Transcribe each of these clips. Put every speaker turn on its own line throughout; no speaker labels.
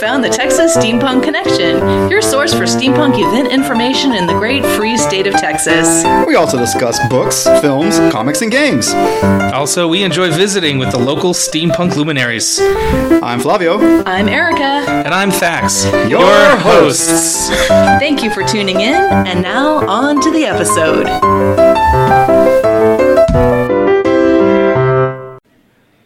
found the Texas Steampunk Connection, your source for steampunk event information in the great free state of Texas.
We also discuss books, films, comics, and games.
Also, we enjoy visiting with the local steampunk luminaries.
I'm Flavio.
I'm Erica.
And I'm Thax,
Your
hosts.
Thank you for tuning in, and now on to the episode.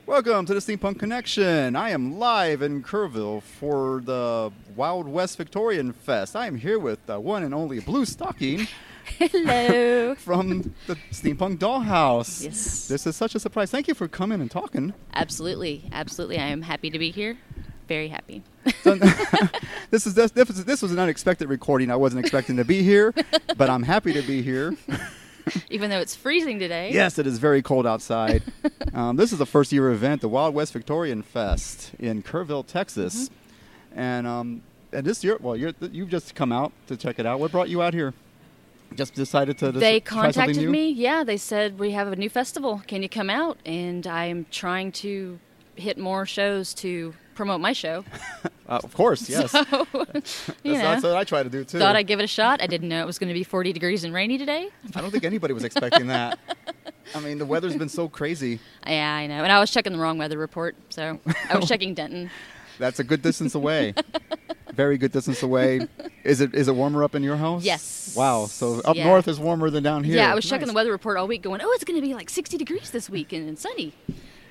Welcome to the Steampunk Connection. I am live in Kerrville for the Wild West Victorian Fest. I am here with the one and only Blue Stocking
Hello.
from the Steampunk Dollhouse.
Yes.
This is such a surprise. Thank you for coming and talking.
absolutely, absolutely. I am happy to be here. Very happy.
This is this, this, this was an unexpected recording. I wasn't expecting to be here, but I'm happy to be here.
Even though it's freezing today.
Yes, it is very cold outside. um, this is the first year event, the Wild West Victorian Fest in Kerrville, Texas,
Mm-hmm.
and um, and this year, well, you're, th- you've just come out to check it out. What brought you out here? Just decided to. Just
They
try something
contacted
new?
me. Yeah, they said we have a new festival. Can you come out? And I am trying to hit more shows to promote my show.
Uh, of course, yes. that's,
you know,
that's what I try to do too.
thought I'd give it a shot. I didn't know it was going to be 40 degrees and rainy today.
I don't think anybody was expecting that. I mean, the weather's been so crazy.
Yeah, I know. And I was checking the wrong weather report, so I was checking Denton.
That's a good distance away. Very good distance away. Is it is it warmer up in your house?
Yes.
Wow. So up
Yeah.
north is warmer than down here.
Yeah, I was checking
Nice.
the weather report all week, going, "Oh, it's going to be like 60 degrees this week and, and sunny."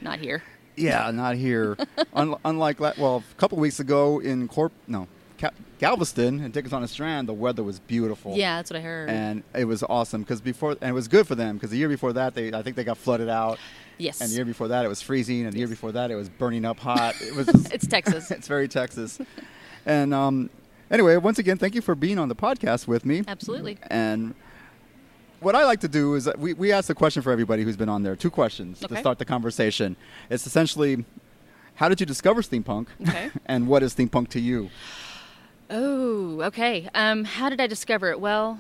Not here.
Yeah, not here. Un- unlike la- well, a couple weeks ago in Corp, no, Ca- Galveston and Dickinson on the Strand, the weather was beautiful.
Yeah, that's what I heard.
and it was awesome because before, and it was good for them because the year before that, they I think they got flooded out,
yes,
and the year before that it was freezing, and the year before that it was burning up hot. It was just-
it's Texas.
it's very Texas, and um, anyway, once again, thank you for being on the podcast with me.
Absolutely.
And what I like to do is that we, we ask a question for everybody who's been on there. Two questions to
Okay.
start the conversation. It's essentially, how did you discover steampunk?
Okay.
and what is steampunk to you?
Oh, okay. Um, how did I discover it? Well,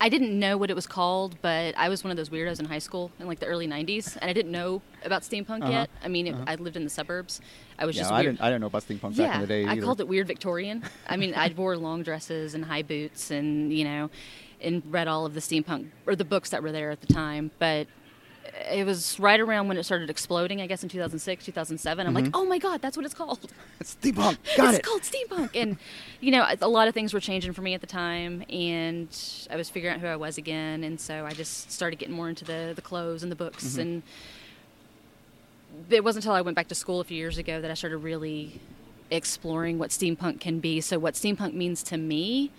I didn't know what it was called, but I was one of those weirdos in high school in like the early '90s, and I didn't know about steampunk
Uh-huh,
yet. I mean, it, I lived in the suburbs. I was
Yeah,
just
I
weird.
didn't I didn't know about steampunk
yeah,
back in the day
I
either.
called it weird Victorian. I mean, I wore long dresses and high boots, and you know, and read all of the steampunk or the books that were there at the time. But it was right around when it started exploding, I guess, in 2006, 2007. I'm
Mm-hmm.
like, oh my god, that's what it's called.
It's steampunk. Got
it's
it.
called steampunk, and you know, a lot of things were changing for me at the time, and I was figuring out who I was again, and so I just started getting more into the the clothes and the books
Mm-hmm.
and. It wasn't until I went back to school a few years ago that I started really exploring what steampunk can be. So, what steampunk means to me,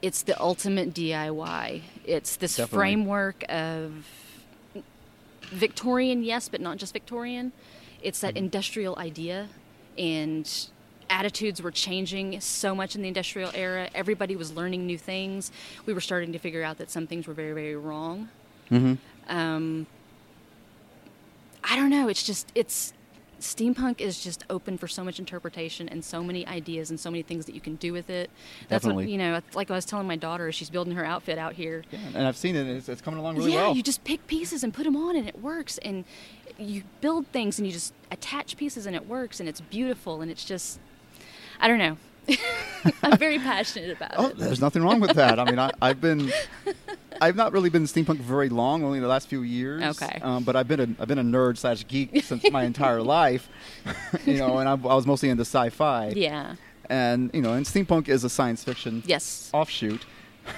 it's the ultimate DIY. It's this
Definitely.
framework of Victorian, yes, but not just Victorian. It's that industrial idea, and attitudes were changing so much in the industrial era. Everybody was learning new things. We were starting to figure out that some things were very, very wrong. Um, I don't know. It's just it's steampunk is just open for so much interpretation and so many ideas and so many things that you can do with it. That's
Definitely.
what you know. Like I was telling my daughter, she's building her outfit out here
And I've seen it. It's, it's coming along really
yeah,
well.
you just pick pieces and put them on, and it works. And you build things, and you just attach pieces, and it works, and it's beautiful, and it's just, I don't know. I'm very passionate about
Oh,
it.
there's nothing wrong with that. I mean, I, I've been, I've not really been in steampunk very long, only the last few years.
Okay.
Um, but I've been a, I've been a nerd slash geek since my entire life, you know, and I, I was mostly into sci-fi.
Yeah.
And you know, and steampunk is a science fiction
Yes.
offshoot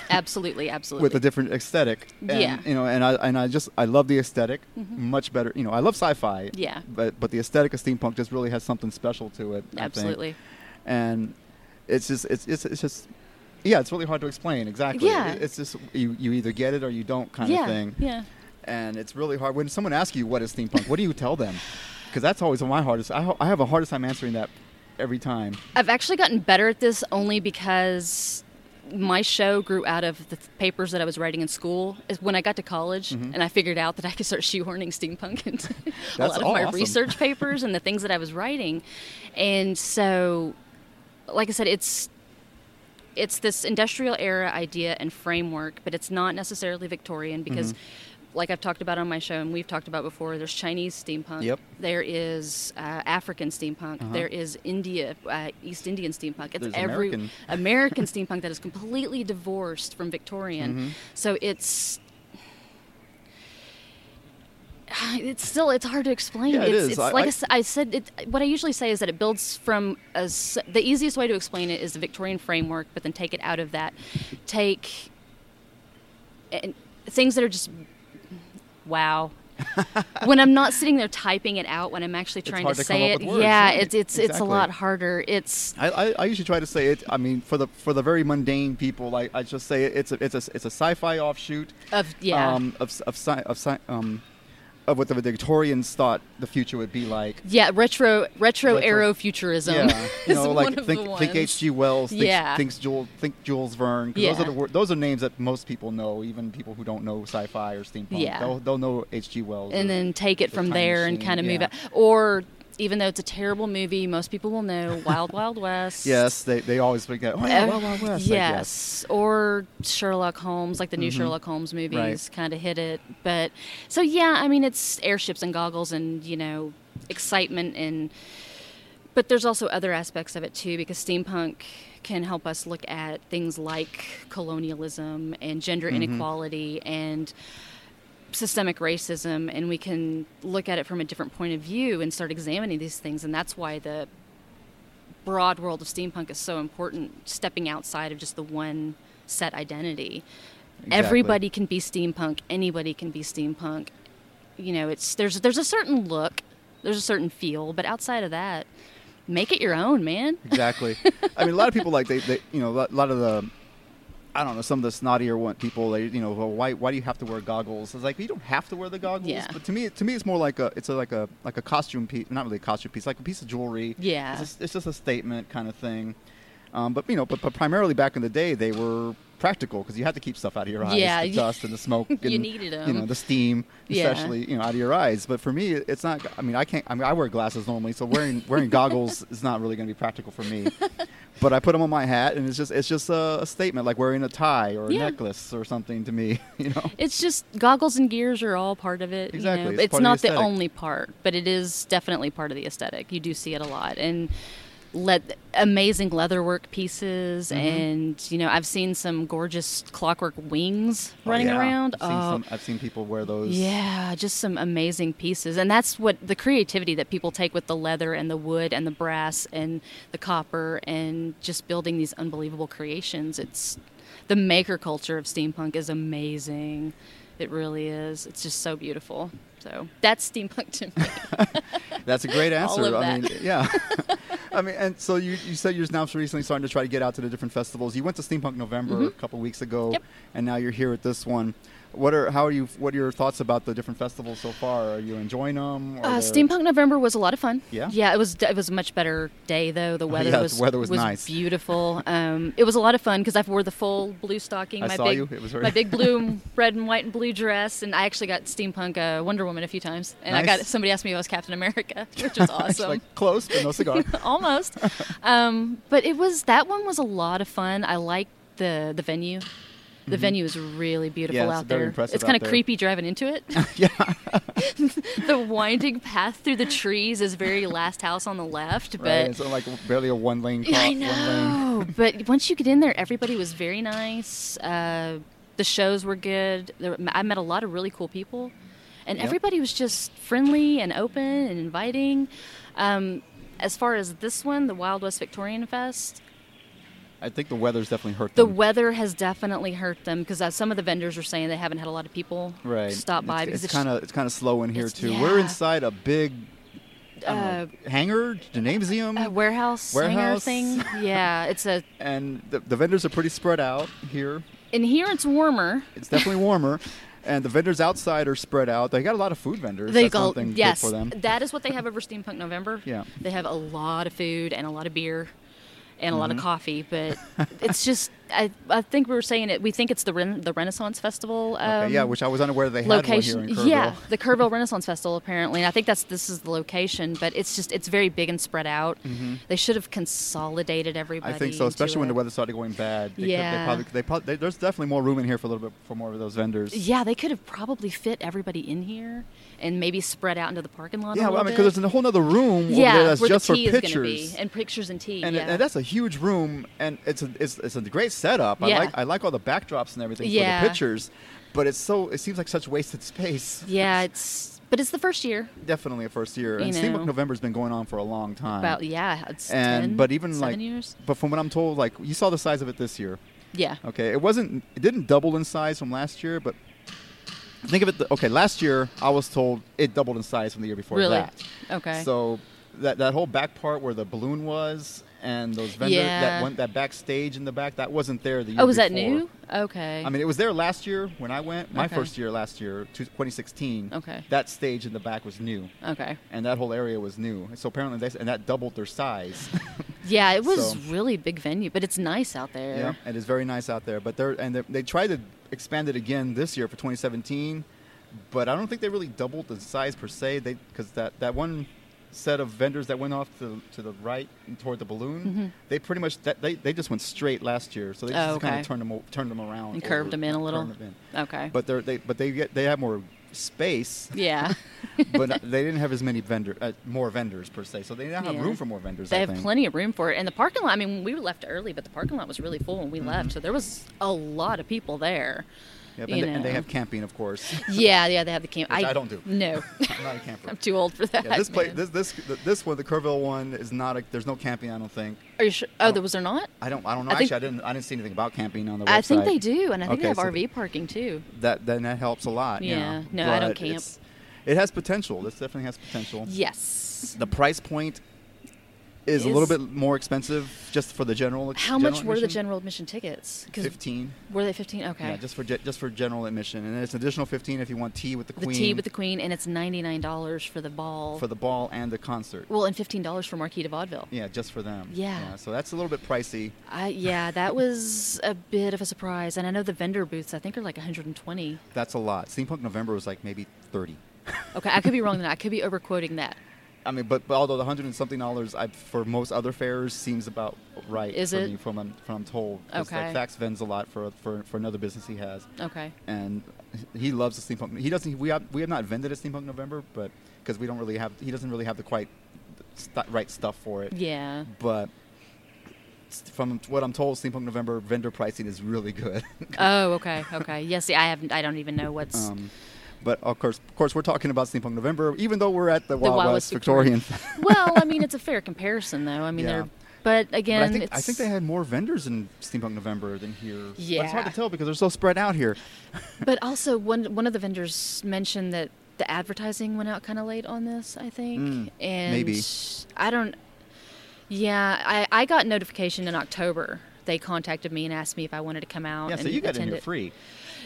Absolutely. Absolutely.
with a different aesthetic. And,
Yeah. Mm-hmm.
You know, and I and I just I love the esthetic much better. You know, I love sci-fi.
Yeah.
But but the aesthetic of steampunk just really has something special to it. I think.
Absolutely.
And it's just it's it's it's just. Yeah, it's really hard to explain exactly.
Yeah.
It- It's just you, you either get it or you don't kind
yeah.
of thing.
Yeah.
And it's really hard when someone asks you what is steampunk, what do you tell them? Because that's always my hardest. I, ho- I have a hardest time answering that every time.
I've actually gotten better at this only because my show grew out of the th- papers that I was writing in school. Is when I got to college
Mm-hmm.
and I figured out that I could start shoehorning steampunk into a
That's
lot of my
awesome.
research papers and the things that I was writing. And so, like I said, it's
Mm-hmm.
it's this industrial era idea and framework, but it's not necessarily Victorian because like I've talked about on my show and we've talked about before, there's Chinese steampunk.
Yep. Uh-huh.
There is uh, African steampunk. There is India, uh, East Indian steampunk. It's
There's
every
American.
American steampunk that is completely divorced from Victorian.
Mm-hmm.
So it's it's still it's hard to explain.
Yeah, it
it's,
is.
it's
I-
like
I-
I, s- I said. It, what I usually say is that it builds from a s the easiest way to explain it is the Victorian framework, but then take it out of that, take and things that are just wow. when I'm not sitting there typing it out, when I'm actually trying
hard to come
say
up
it,
with words,
yeah,
right.
it's it's it's a
Exactly.
lot harder. It's
I, I, I usually try to say it. I mean, for the for the very mundane people, like I just say it, it's a it's a it's a sci-fi offshoot.
of yeah.
Um, of s- of sci- of sci- um, of what the Victorians thought the future would be like.
yeah, retro retro
Retro-
aero futurism
Yeah, you
is
know,
one
like think
of the
think
ones.
H.G. Wells, think,
Yeah.
think Jules, think Jules Verne. 'cause Those
Yeah.
are the wor- those are names that most people know, even people who don't know sci-fi or steampunk.
Yeah.
they'll, they'll know H.G. Wells.
and
or-
then take it
the
from
time
there and
machine,
kind of move
yeah.
it. Or even though it's a terrible movie, most people will know Wild Wild West.
yes, they they always think that. Oh, yeah,
Uh,
Wild Wild West. I guess. Mm-hmm.
yes, or Sherlock Holmes, like the new Sherlock Holmes movies, kind of hit it. But so yeah, I mean, it's airships and goggles, and you know, excitement, and but there's also other aspects of it too, because steampunk can help us look at things like colonialism and gender
Mm-hmm.
inequality and systemic racism and we can look at it from a different point of view and start examining these things and that's why the broad world of steampunk is so important stepping outside of just the one set identity everybody can be steampunk anybody can be steampunk you know it's there's there's a certain look there's a certain feel but outside of that make it your own man
Exactly. I mean, a lot of people like they, they you know, a lot of the, I don't know, some of the snottier one people, they, you know, well, why, why do you have to wear goggles? It's like you don't have to wear the goggles.
Yeah.
But to me, to me, it's more like a, it's a, like a, like a costume piece, not really a costume piece, like a piece of jewelry.
Yeah.
It's just, it's just a statement kind of thing. Um, but you know, but, but primarily back in the day, they were practical because you had to keep stuff out of your eyes,
Yeah.
the dust and the smoke. And,
needed
You
'em.
know, the steam,
Yeah.
especially you know, out of your eyes. But for me, it's not. I mean, I can't. I mean, I wear glasses normally, so wearing wearing goggles is not really going to be practical for me. but I put them on my hat, and it's just it's just a, a statement, like wearing a tie or a
Yeah.
necklace or something to me. You know,
it's just goggles and gears are all part of it.
Exactly,
You know?
it's
It's,
part of the
not the,
aesthetic.
only part, but it is definitely part of the aesthetic. You do see it a lot. And let amazing leatherwork pieces
Mm-hmm.
and you know, I've seen some gorgeous clockwork wings running
yeah.
around.
I've seen,
oh
some, I've seen people wear those.
yeah, just some amazing pieces. And that's what the creativity that people take with the leather and the wood and the brass and the copper and just building these unbelievable creations. It's the maker culture of steampunk is amazing. It really is. It's just so beautiful. So that's steampunk to me.
That's a great
All
answer.
of
I
that.
mean, yeah. I mean, and so you, you said you're now recently starting to try to get out to the different festivals. You went to Steampunk November a couple weeks ago,
Mm-hmm. Yep.
and now you're here at this one. What are how are you? What are your thoughts about the different festivals so far? Are you enjoying them?
Uh, Steampunk November was a lot of fun.
Yeah?
yeah, it was. It was a much better day though. The weather
yeah, the
was
weather was nice.
beautiful. Um, it was a lot of fun because I wore the full blue stocking.
I
my
saw
big,
you. It was very-
my big blue, and red and white and blue dress, and I actually got steampunk uh, Wonder Woman a few times. And I
Nice.
got somebody asked me if I was Captain America, which was awesome.
like close, but no cigar.
Almost, um, but it was that one was a lot of fun. I liked the the venue. The venue is really beautiful
Mm-hmm. it's
out
very
there.
impressive
It's
out
kind of
there.
creepy driving into it.
yeah,
the winding path through the trees is very last house on the left,
right.
but
It's like barely a one lane. Car,
I
One lane.
know. but once you get in there, everybody was very nice. Uh, the shows were good. There, I met a lot of really cool people, and
Yep.
everybody was just friendly and open and inviting. Um, as far as this one, the Wild West Victorian Fest,
I think the weather's definitely hurt
the
them.
weather has definitely hurt them because uh, some of the vendors are saying they haven't had a lot of people
right.
stop by
It's,
because
it's kind of it's kind of slow in here
it's-
too. We're
yeah. Uh,
inside a big I don't know, hangar, gymnasium.
a warehouse,
Warehouse.
hanger thing. yeah, it's a
and the, the vendors are pretty spread out here.
in here it's warmer.
It's definitely warmer, and the vendors outside are spread out. They got a lot of food vendors.
They
That's
go,
one thing good
yes, Um,
for them.
that is what they have over Steampunk November.
Yeah. Mm-hmm.
they have a lot of food and a lot of beer and a lot of coffee, but it's just I, I think we were saying it. We think it's the Ren- the Renaissance Festival. Um,
Okay, yeah, which I was unaware they had
location.
one here in Kerrville.
yeah, the Kerrville Renaissance Festival apparently, and I think that's this is the location. But it's just it's very big and spread out. They should have consolidated
Mm-hmm. I
everybody.
think so,
into
especially when
a-
the weather started going bad. They could-
Yeah.
they probably, they probably, they, there's definitely more room in here for a little bit for more of those vendors.
Yeah, they could have probably fit everybody in here and maybe spread out into the parking lot.
Yeah,
a
well, I
little
mean,
bit.
because there's a whole other room
yeah,
over there that's
where
just
the
for
tea is gonna
pictures.
be and pictures and tea.
and,
yeah.
and that's a huge room, and it's a, it's, it's a great setup. I
Yeah.
like I like all the backdrops and everything
Yeah.
for the pictures, but it's so it seems like such wasted space.
yeah, it's but it's the first year.
Definitely a first year,
You
and Steampunk
know.
November's been going on for a long time.
About yeah, it's
Um, and
10,
but even
seven
like
years.
but from what I'm told, like you saw the size of it this year.
Yeah,
Okay, it wasn't it didn't double in size from last year, but think of it. th- okay, last year I was told it doubled in size from the year before
really.
that.
Okay.
So that that whole back part where the balloon was and those vendors
Yeah.
that one that backstage in the back that wasn't there the year
oh, was that
before.
new? Okay.
I mean, it was there last year when I went. My
Okay.
first year last year, two- 2016.
Okay.
That stage in the back was new,
okay.
and that whole area was new. So apparently, they, s- and that doubled their size.
Yeah, it was
So-
really big venue, but it's nice out there.
yeah, it is very nice out there. But they're and they they tried to expand it again this year for 2017, but I don't think they really doubled the size per se. They because that that one set of vendors that went off to, to the right and toward the balloon, they pretty much that, they they just went straight last year. So they just
Mm-hmm. Oh,
kind
okay.
of turned them o- turned them around
And curved 'em in a little?
turned 'em
Okay.
in. But they're they but they get they have more space.
yeah.
but not- they didn't have as many vendor uh, more vendors per se. So they now have
Yeah.
room for more vendors.
They
I
have
think.
plenty of room for it. And the parking lot, I mean, we left early, but the parking lot was really full when we
Mm-hmm.
left. So there was a lot of people there.
Yep,
you
and, they, and they
know.
have camping, of course.
Yeah, yeah, they have the camp.
Which I don't do.
No.
I'm not a camper.
I'm too old for that.
Yeah, this place,
man.
this this th- this one, the Kerrville one, is not. A, there's no camping. I don't think.
Are you sure? Oh, there was there not?
I don't. I don't know.
I
Actually,
think-
I didn't. I didn't see anything about camping on the website.
I think they do, and I think they
Okay,
have
so
RV parking too.
That then that helps a lot. you
Yeah.
know.
No, I don't
But
camp.
it's- It has potential. This definitely has potential.
Yes.
The price point is, a little
Is-
bit more expensive just for the general.
How
general
much were the
admission.
general admission tickets? 'Cause
Fifteen.
Were they 15? Okay.
Yeah, just for ge- just for general admission, and then it's an additional fifteen if you want tea with the
the
queen.
tea with the queen, and it's $99 for the ball.
for the ball and the concert.
well, and $15 for Marquis de Vaudeville.
Yeah, just for them.
Yeah.
So that's a little bit pricey.
I, yeah, that was a bit of a surprise. And I know the vendor booths, I think, are like 120.
That's a lot. Steampunk November was like maybe thirty.
Okay, I could be wrong. Then I could be overquoting that.
I mean, but, but although the hundred and something dollars I, for most other fairs seems about right
Is
for
it?
me from I'm, from I'm told. 'cause,
Okay.
Like, Fax vends a lot for, for for another business he has,
Okay.
and he loves the steampunk. He doesn't. We have, we have not vended at Steampunk November, but because we don't really have, he doesn't really have the quite st- right stuff for it.
Yeah.
But s- from what I'm told, Steampunk November vendor pricing is really good.
Oh, okay, okay. Yeah, see, I haven't. I don't even know what's.
um, but of course, of course, we're talking about Steampunk November, even though we're at the, Wild,
Wild
West
West Victorian.
Victorian.
well, I mean, it's a fair comparison, though. I mean,
Yeah.
they're. But again,
But I think
it's,
I think they had more vendors in Steampunk November than here. But it's hard
Yeah.
to tell because they're so spread out here.
But also, one one of the vendors mentioned that the advertising went out kind of late on this. I think,
Mm,
and
maybe.
I don't. Yeah, I, I got notification in October. They contacted me and asked me if I wanted to come out.
Yeah,
Uh, and
so you got in
attend
here
it.
free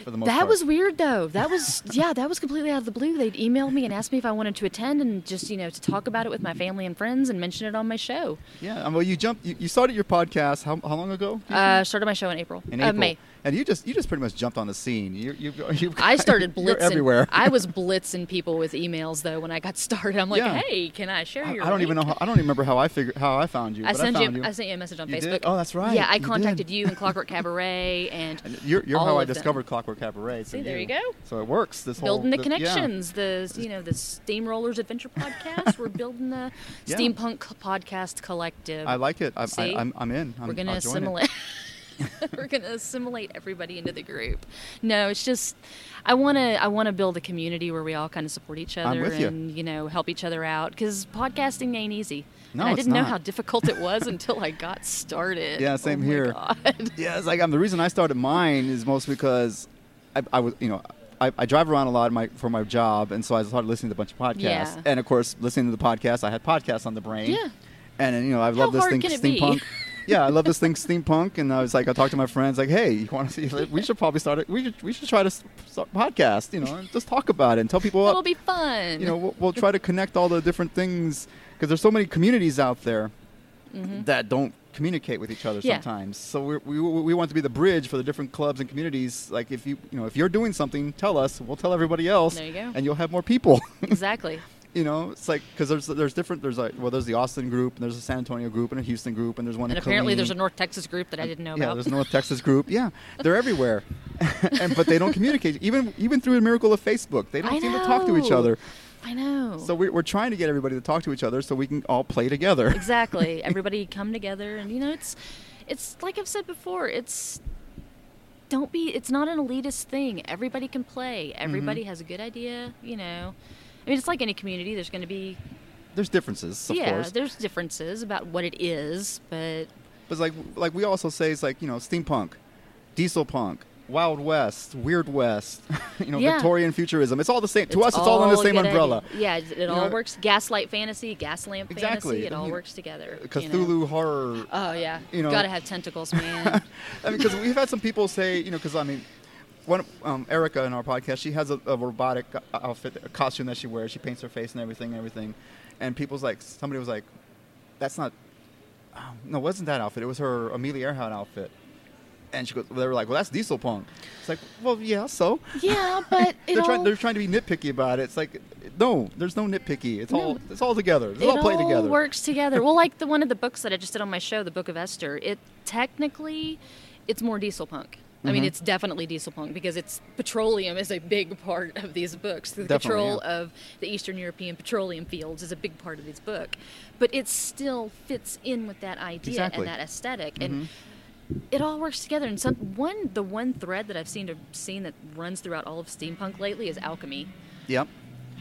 for the most
That
part.
was weird though. That was yeah, that was completely out of the blue. They'd emailed me and asked me if I wanted to attend and just, you know, to talk about it with my family and friends and mention it on my show.
yeah. um, Well, you jumped. You, you started your podcast how, how long ago?
Uh started my show in April.
Mm-hmm. in
uh,
April.
May.
And you just you just pretty much jumped on the scene. You you you.
I started blitzing
you're everywhere.
I was blitzing people with emails though when I got started. I'm like,
Yeah.
"Hey, can I share
I,
your
I don't even know. How,
link?"
I don't even remember how I figured how I found you.
I
but I
sent
found
you,
you.
I sent you a message on
You
Facebook.
did? Oh, that's right.
Yeah, I
You did.
contacted you and Clockwork Cabaret and
And you're you're
all
how I
of them.
discovered Clockwork Cabaret.
See, there you go.
So it works. This whole
building the
th- yeah.
connections. The you know the Steamrollers Adventure Podcast. We're building the
Yeah.
steampunk co- podcast collective.
I like it. I'm, I,
See?
I'm, I'm in. I'm,
We're gonna
I'll join it.
assimilate. We're gonna assimilate everybody into the group. No, it's just I wanna I wanna build a community where we all kind of support each other
with you.
and you know help each other out because podcasting ain't easy.
No,
and I
it's
didn't know
not.
how difficult it was until I got started.
Yeah,
Oh
same
my
here.
God.
Yeah, it's like um, the reason I started mine is mostly because I, I was, you know, I, I drive around a lot my, for my job, and so I started listening to a bunch of podcasts.
Yeah.
And of course, listening to the podcast, I had podcasts on the brain.
Yeah.
And then, you know, I love this
hard
thing
can it be?
steampunk. yeah, I love this thing steampunk, and I was like, I talked to my friends, like, hey, you want to see? We should probably start it. We should, we should try to s- start a podcast, you know, and just talk about it and tell people.
It'll be fun.
you know, we'll, we'll try to connect all the different things because there's so many communities out there that don't communicate with each other
Mm-hmm. Yeah.
sometimes. So we're, we we want to be the bridge for the different clubs and communities. Like if you you know if you're doing something, tell us. We'll tell everybody else.
There you go.
And you'll have more people.
exactly.
you know, it's like because there's there's different there's like well there's the Austin group and there's a San Antonio group and a Houston group and there's one
And
in
apparently, there's a
Killeen.
North Texas group that I didn't know
yeah,
about.
there's a North Texas group. Yeah, they're everywhere, and but they don't communicate. Even even through the miracle of Facebook, they don't
I
seem to talk to each
know.
other.
I know.
So we're, we're trying to get everybody to talk to each other so we can all play together.
exactly everybody come together and you know it's it's like i've said before it's don't be it's not an elitist thing everybody can play everybody
Mm-hmm.
has a good idea you know i mean it's like any community there's going to be
There's differences, of
yeah
course. But
there's differences about what it is but
it's like like we also say it's like you know steampunk, diesel punk, wild west, weird west, you know
Yeah.
Victorian futurism. It's all the same. to us, it's all under the
a
same
good
umbrella.
idea. yeah it, it all
know-
works gaslight fantasy gaslamp
Exactly.
fantasy it
I
all
mean,
works together you
Cthulhu
know?
horror.
oh yeah
you know-
gotta have tentacles man
I mean, because we've had some people say, you know, because I mean, one um, Erica in our podcast, she has a, a robotic o- outfit, a costume that she wears. She paints her face and everything, and everything. And people's like, somebody was like, "That's not, oh, no, it wasn't that outfit? It was her Amelia Earhart outfit." And she goes, they were like, "Well, that's diesel punk." It's like, well, yeah, so
yeah but it
they're
all,
trying, they're trying to be nitpicky about it. It's like, no, there's no nitpicky. It's all,
No.
it's all together. It's
it
all played
all
together.
works together. well, like the one of the books that I just did on my show, the Book of Esther. It technically, it's more diesel punk. I
Mm-hmm.
mean, it's definitely diesel punk because it's petroleum is a big part of these books. The
Definitely,
control
yeah.
of the Eastern European petroleum fields is a big part of this book, but it still fits in with that idea
Exactly. Mm-hmm.
and that aesthetic and. It all works together, and some one the one thread that I've seen to, seen that runs throughout all of steampunk lately is alchemy
Yep.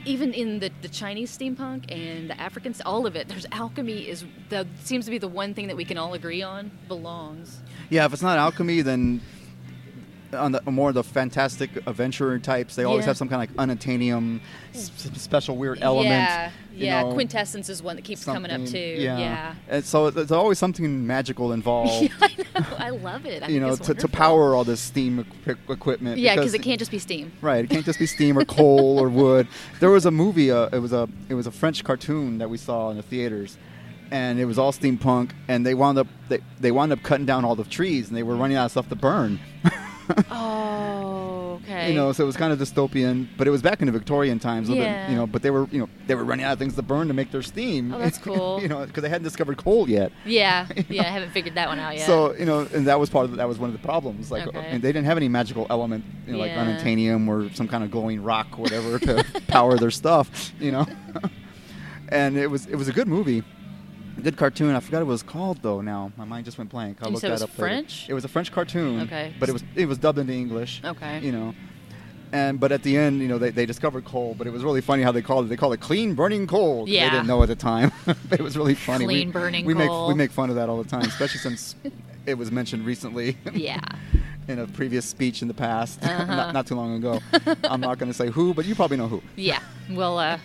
even in the, the Chinese steampunk and the African, all of it, there's alchemy is that seems to be the one thing that we can all agree on belongs.
Yeah, if it's not alchemy, then on the more of the fantastic adventurer types, they always
Yeah.
have some kind of like unobtainium, s- s- special weird element.
Yeah,
you
yeah.
know,
Quintessence is one that keeps coming up too.
something-
Yeah,
And so there's always something magical involved.
I know. I love it. I
You
think
know,
it's
to, to
wonderful.
power all this steam equi- equipment.
Yeah, because it can't just be steam.
Right, it can't just be steam or coal or wood. There was a movie. Uh, it was a it was a French cartoon that we saw in the theaters, and it was all steampunk. And they wound up they, they wound up cutting down all the trees, and they were running out of stuff to burn.
Oh, okay.
you know so it was kind of dystopian but it was back in the victorian times a little
Yeah.
bit, you know but they were you know they were running out of things to burn to make their steam
Oh, that's cool.
you know because they hadn't discovered coal yet
yeah, yeah. I haven't figured that one out yet.
so you know and that was part of that was one of the problems like
Okay.
and they didn't have any magical element you know,
Yeah.
like unobtainium or some kind of glowing rock or whatever to power their stuff you know and it was it was a good movie a good cartoon i forgot what it was called though now my mind just went blank i'll
You
look
said it
that
was
up later.
French?
it was a french cartoon
Okay.
but it was it was dubbed into english
Okay.
you know and but at the end, you know, they, they discovered coal, but it was really funny how they called it. They called it clean burning coal. 'cause They
Yeah.
didn't know at the time. it was really funny. We-
Clean burning
we
coal.
Make, we make fun of that all the time, especially since it was mentioned recently
yeah,
in a previous speech in the past,
Uh-huh.
not, not too long ago. I'm not going to say who, but you probably know who.
yeah. Well, uh,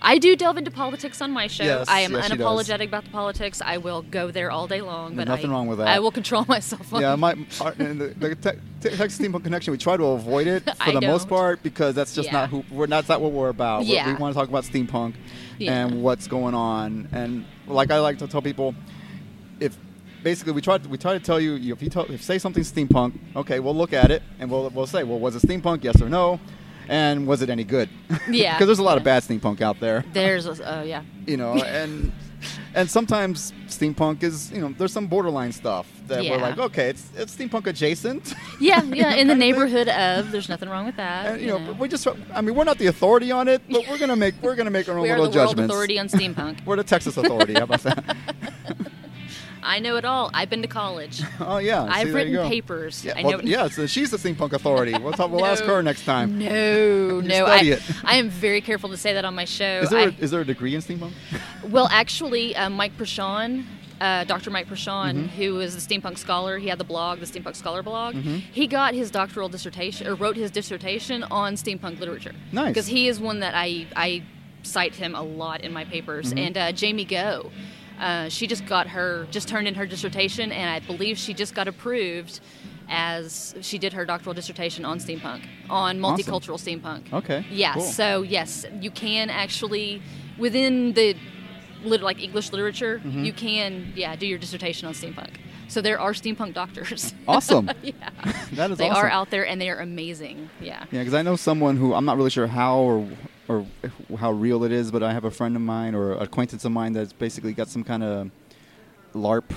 I do delve into politics on my show.
Yes,
I am
yes, she does.
unapologetic about the politics. I will go there all day long.
There's
but I-
nothing wrong with that.
I will control myself. on
Yeah, my our, and the, the te- te- Texas Steampunk Connection, we try to avoid it for
I
the most
don't.
part because that's just
Yeah.
not who we're that's not what we're about. We- We,
Yeah.
want to talk about steampunk
Yeah.
and what's going on. And like I like to tell people, if basically we try to, we try to tell you you- if you tell, if say something steampunk, okay, we'll look at it and we'll we'll say, well, was it steampunk? Yes or no. And was it any good?
Yeah.
Because there's a lot of
Yeah.
bad steampunk out there
There's, a- oh yeah,
you know, and and sometimes steampunk is, you know, there's some borderline stuff that we're
Yeah.
like, okay, it's it's steampunk adjacent,
yeah, yeah. in the
kind of thing.
neighborhood of, there's nothing wrong with that.
and Uh, you
you
know, we just, I mean, we're not the authority on it, but we're gonna make we're gonna make our own
we are the
little
world
judgments.
authority on steampunk.
We're the Texas authority. How about that?
I know it all. I've been to college.
Oh yeah, see,
I've
there you
written
go.
papers.
Yeah,
I
well,
know.
yeah, so she's the steampunk authority. We'll talk. We'll ask
No.
her next time.
No, no.
study
I,
it.
I am very careful to say that on my show.
Is there, a,
I-
is there a degree in steampunk?
Well, actually, uh, Mike Prashan, uh, Dr. Mike Prashan,
Mm-hmm.
who is the steampunk scholar, he had the blog, the Steampunk Scholar blog.
Mm-hmm.
He got his doctoral dissertation, or wrote his dissertation on steampunk literature.
Nice.
Because he is one that I, I cite him a lot in my papers.
Mm-hmm.
And uh, Jamie Go, uh, she just got her, just turned in her dissertation, and I believe she just got approved as she did her doctoral dissertation on steampunk,
Awesome.
on multicultural steampunk.
Okay,
Yeah.
cool.
So yes, you can actually within the lit- like English literature,
Mm-hmm.
you can yeah do your dissertation on steampunk. So there are steampunk doctors.
Awesome.
yeah,
that is
they
awesome.
are out there and they are amazing. Yeah.
Yeah, because I know someone who I'm not really sure how or or how real it is, but I have a friend of mine or acquaintance of mine that's basically got some kind of LARP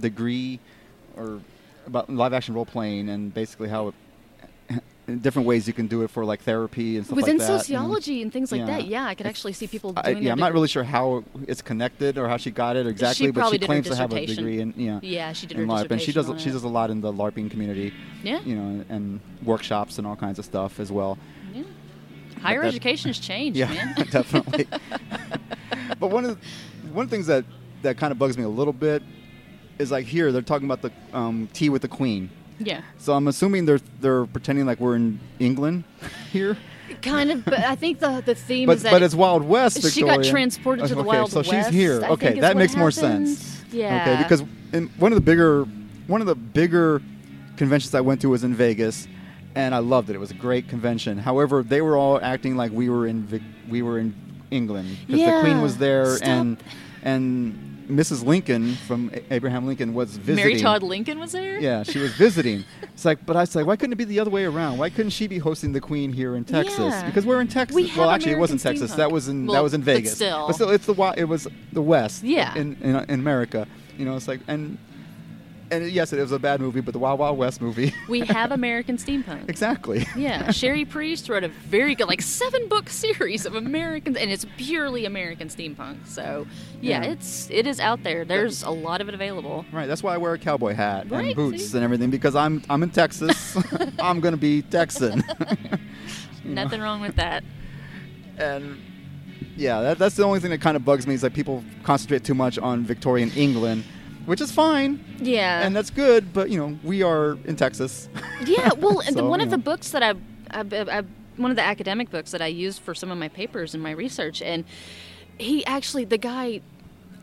degree or about live action role playing and basically how it, in different ways you can do it for like therapy and stuff
Within
like that. and-
sociology and things like
yeah.
that, yeah, I could actually see people doing
I, yeah,
their
I'm not
deg-
really sure how it's connected or how she got it exactly, but
probably
she
did her
claims to have a
dissertation.
degree in yeah,
Yeah, she did
in
her
LARP, and she
dissertation
does
on
she
it.
does a lot in the LARPing community,
Yeah.
you know, and workshops and all kinds of stuff as well.
Yeah. Higher
that-
education has changed,
Yeah,
man.
definitely. but one of the, one of the things that that kind of bugs me a little bit is like here they're talking about the um, tea with the queen.
yeah.
So I'm assuming they're they're pretending like we're in England here,
Kind of, but I think the the theme
but
is that
but it's Wild West.
she got
Victoria.
transported to the
okay,
Wild
so she's
West,
here.
I
okay,
think is
that
what
makes more
happened.
sense. Okay,
Yeah.
because in one of the bigger one of the bigger conventions I went to was in Vegas, and I loved it. It was a great convention. However, they were all acting like we were in Vic- we were in England because the
Yeah,
Queen was there
stop.
and and Mrs. Lincoln from A- Abraham Lincoln was visiting.
Mary Todd Lincoln was there.
Yeah, she was visiting. It's like, but I was like, why couldn't it be the other way around? Why couldn't she be hosting the Queen here in Texas?
Yeah.
Because we're in Texas.
We
well,
have
actually, it wasn't
American
Texas. That
steampunk.
was in that
Well,
was in
but
Vegas.
still.
but still, it's the wi- it was the West.
Yeah.
In, in in America, you know, it's like and and yes, it was a bad movie, but the Wild Wild West movie.
We have American steampunk.
exactly.
Yeah, Sherry Priest wrote a very good, like seven book series of Americans, and it's purely American steampunk. So, yeah,
Yeah.
it's it is out there. There's a lot of it available.
Right, that's why I wear a cowboy hat and
Right,
boots
see?
and everything because I'm I'm in Texas. I'm gonna be Texan.
Nothing wrong with that.
and yeah, that, that's the only thing that kind of bugs me is that people concentrate too much on Victorian England, which is fine,
Yeah,
and that's good. But you know, we are in Texas.
Yeah, well, and
So,
one of
you
the
know.
books that I, I, I, I- one of the academic books that I used for some of my papers and my research, and he actually, the guy,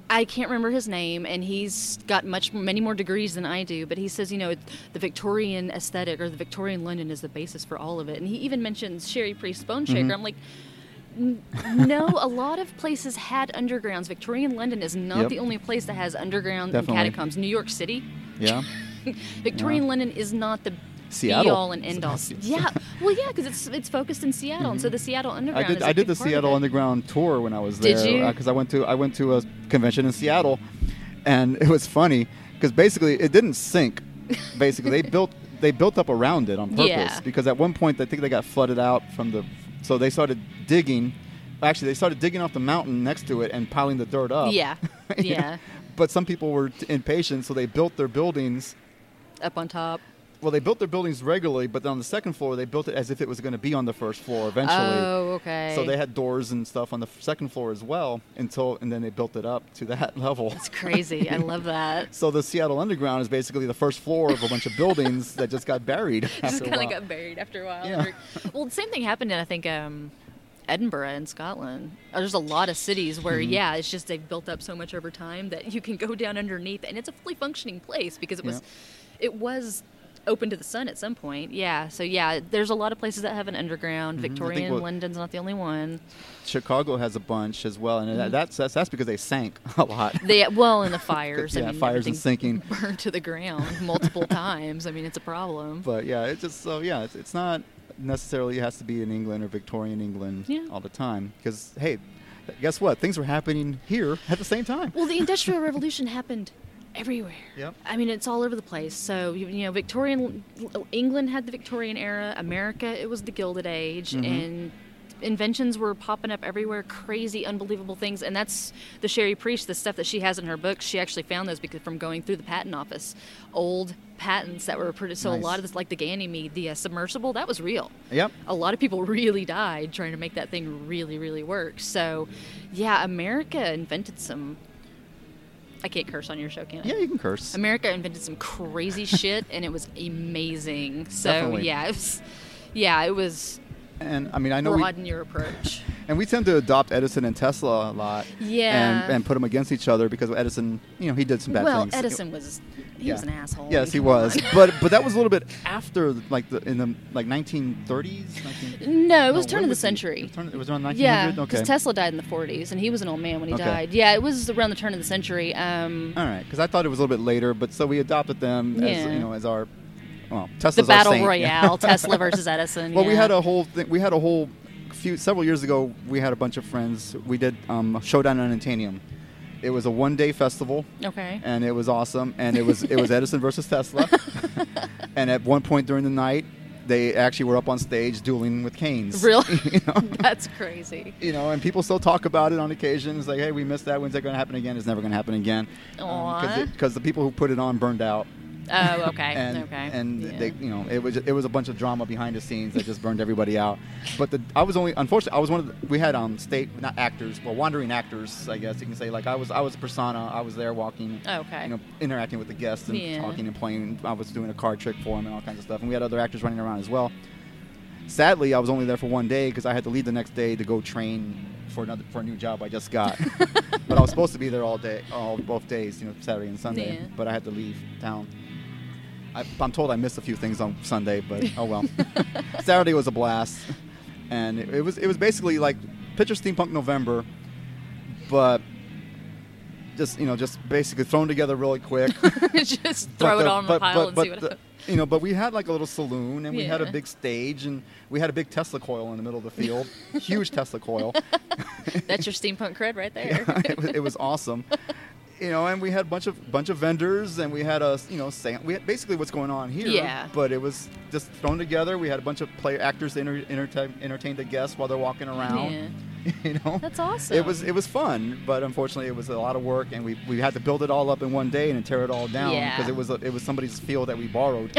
I can't remember his name, and he's got much many more degrees than I do, but he says, you know, it- the Victorian aesthetic or the Victorian London is the basis for all of it, and he even mentions Sherry Priest's
Mm-hmm.
Bone Shaker. I'm like. "N- No, a lot of places had undergrounds. Victorian London is not
Yep.
the only place that has underground
Definitely.
and catacombs. New York City,
yeah,
Victorian London is not the
Seattle.
be all and end all. yeah, well, yeah, because it's it's focused in Seattle, and so the Seattle
Mm-hmm. I
Underground.
did.
is a
I did
big
the
part of
Seattle
it.
Underground tour when I was there
Did you?
because I went to I went to a convention in Seattle, and it was funny because basically it didn't sink. Basically, they built they built up around it on purpose
Yeah.
because at one point I think they got flooded out from the so they started digging. Actually, they started digging off the mountain next to it and piling the dirt up.
Yeah,
You know?
yeah,
But some people were t- impatient, so they built their buildings
up on top.
well, they built their buildings regularly, but then on the second floor, they built it as if it was going to be on the first floor eventually.
Oh, okay.
So they had doors and stuff on the f- second floor as well until, and then they built it up to that level.
It's crazy. I love that.
So the Seattle Underground is basically the first floor of a bunch of buildings that just got buried.
Just
after a
kind of
while.
got buried after a while.
uh, Yeah.
Well, the same thing happened in I think um, Edinburgh in Scotland. Uh, There's a lot of cities where
Mm-hmm.
yeah, it's just they've built up so much over time that you can go down underneath, and it's a fully functioning place because it was, it was. Open to the sun at some point, yeah. So yeah, there's a lot of places that have an underground.
Mm-hmm.
Victorian
we'll-
London's not the only one.
Chicago has a bunch as well, and that- that's, that's that's because they sank a lot.
Mm-hmm. They well in the fires.
Yeah,
I mean,
fires and
everything
sinking.
burned to the ground multiple times. I mean, it's a problem.
But yeah, it's just so yeah, it's, it's not necessarily has to be in England or Victorian England
Yeah.
all the time because hey, guess what? Things were happening here at the same time.
well, the Industrial Revolution happened everywhere.
Yep.
I mean, it's all over the place. So you, you know, Victorian England had the Victorian era. America, it was the Gilded Age,
Mm-hmm.
and inventions were popping up everywhere. Crazy, unbelievable things, and that's the Sherry Priest, the stuff that she has in her books. She actually found those because from going through the patent office, old patents that were produced. So
Nice.
a lot of this, like the Ganymede, the uh, submersible, that was real.
Yep.
a lot of people really died trying to make that thing really, really work. So, yeah, America invented some. I can't curse on your show, can I?
Yeah, you can curse.
America invented some crazy shit, and it was amazing. So
Definitely.
yeah, it was, yeah, it was
and I mean, I know we,
broaden your approach.
and we tend to adopt Edison and Tesla a lot.
Yeah.
And, and put them against each other because Edison, you know, he did some bad
well,
things.
Edison was he was an asshole.
Yes, he
Come
was.
on.
but but that was a little bit after, like the in the like 1930s. 19,
no, it was
No,
turn
when was
of the
he-
century.
It was, turn, it was around 1900.
Yeah,
okay.
because Tesla died in the 40s, and he was an old man when he
Okay. Uh,
died. Yeah, it was around the turn of the century. Um,
All right, because I thought it was a little bit later, but so we adopted them as
Yeah.
you know as our well
the
Tesla's our
battle
saint, yeah.
royale, Tesla versus Edison.
Well, we
yeah.
had a whole thing. We had a whole few several years ago. We had a bunch of friends. We did um, Showdown on Antanium. It was a one-day festival,
okay.
and it was awesome. And it was it was Edison versus Tesla. and at one point during the night, they actually were up on stage dueling with canes.
Really?
you know.
That's crazy.
You know, and people still talk about it on occasion. It's like, hey, we missed that. When's that going to happen again? It's never going to happen again.
Aw.
Because the people who put it on burned out
Oh, okay.
and
okay.
and
yeah.
they you know it was it was a bunch of drama behind the scenes that just burned everybody out. But the I was only unfortunately I was one of the, we had um state not actors well wandering actors I guess you can say like I was I was a persona I was there walking
Oh, Okay.
you know interacting with the guests and
Yeah.
talking and playing I was doing a card trick for them and all kinds of stuff and we had other actors running around as well. Sadly, I was only there for one day because I had to leave the next day to go train for another for a new job I just got. but I was supposed to be there all day, all both days, you know, Saturday and Sunday.
Yeah.
But I had to leave town. I, I'm told I missed a few things on Sunday, but oh well. Saturday was a blast, and it, it was it was basically like picture steampunk November, but just you know just basically thrown together really quick.
just
But
throw it
the-
on the
but-
pile
but-
and
but
see what
the-
happens.
you know, but we had like a little saloon, and we had a
Yeah.
big stage, and we had a big Tesla coil in the middle of the field, huge Tesla coil.
That's your steampunk cred right there.
it, was, it was awesome. You know, and we had a bunch of bunch of vendors, and we had a you know, sam- we had basically what's going on here.
Yeah.
But it was just thrown together. We had a bunch of play actors enter- entertain entertain the guests while they're walking around.
Yeah.
You know,
That's awesome.
it was it was fun, but unfortunately, it was a lot of work, and we, we had to build it all up in one day and then tear it all down
Yeah.
because it was a, it was somebody's field that we borrowed,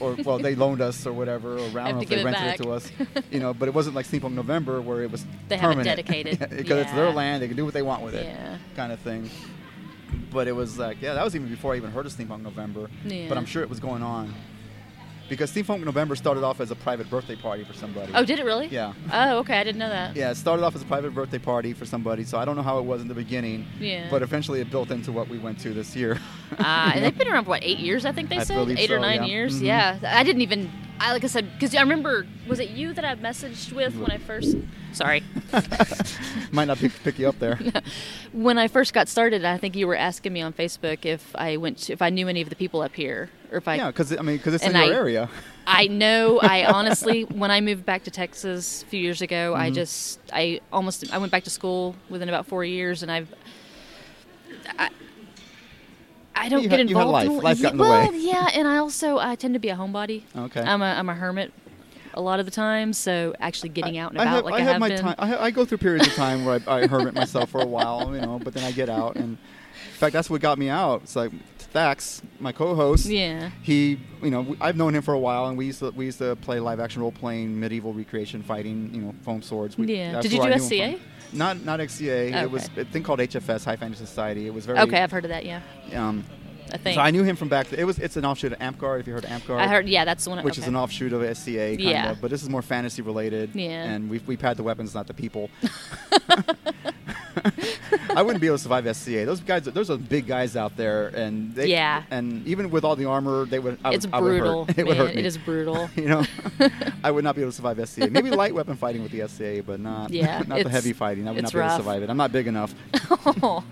or well, they loaned us or whatever, or I don't
Have
know
to
if they
give it
rented it to us, you know. But it wasn't like Sleep on November where it was
They have it
permanent.
dedicated.
because it's their
Yeah.
land; they can do what they want with it,
Yeah.
kind of thing. But it was like yeah, that was even before I even heard of Steampunk November.
Yeah.
But I'm sure it was going on because Steampunk November started off as a private birthday party for somebody.
oh, did it really?
Yeah.
Oh, okay. I didn't know that.
Yeah, it started off as a private birthday party for somebody, so I don't know how it was in the beginning.
Yeah.
But eventually it built into what we went to this year.
Uh, and they've been around for what eight years, I think they
I
said
believe
eight or
so,
nine
yeah.
years.
Mhm.
Yeah, I didn't even. I like I said because I remember. Was it you that I messaged with when I first? Sorry,
Might not pick, pick you up there.
when I first got started, I think you were asking me on Facebook if I went to, if I knew any of the people up here or if I.
Yeah, because I mean, because it's in
And
your
I-
area.
I know. I honestly, when I moved back to Texas a few years ago,
Mm-hmm.
I just I almost I went back to school within about four years, and I've. I, I don't
You
get
had- you had
involved.
life.
In,
Life got in the way.
well, yeah, and I also I tend to be a homebody.
Okay.
I'm a I'm a hermit, a lot of the time. So actually getting out and about
I have,
like
I
I,
have,
have
my
been.
time. I, ha- I go through periods of time where I, I hermit myself for a while, you know, but then I get out. And in fact, that's what got me out. It's like Thax, my co-host.
Yeah.
He, you know, w- I've known him for a while, and we used to we used to play live action role playing, medieval recreation, fighting, you know, foam swords. We,
Yeah.
that's
Did you
where
do
I knew him
SCA?
from. Not not XCA.
Okay.
It was a thing called HFS, High Fantasy Society. It was very
Okay, I've heard of that. Yeah,
Um,
I think.
so I knew him from back. It was it's an offshoot of AmpGuard. If you heard of AmpGuard,
I heard. Yeah, that's the one.
which is
okay.
an offshoot of SCA, kind
Yeah.
of, but this is more fantasy related.
Yeah.
And we've, we've had the weapons, not the people. I wouldn't be able to survive SCA. Those guys, those are big guys out there, and they,
Yeah.
and even with all the armor, they would. I would
It's
I would hurt.
brutal.
It would
man.
hurt me.
It is brutal.
You know, I would not be able to survive SCA. Maybe light weapon fighting with the SCA, but not
Yeah,
not the
it's-
heavy fighting. I would not
it's
be able
rough.
to survive it. I'm not big enough.
Not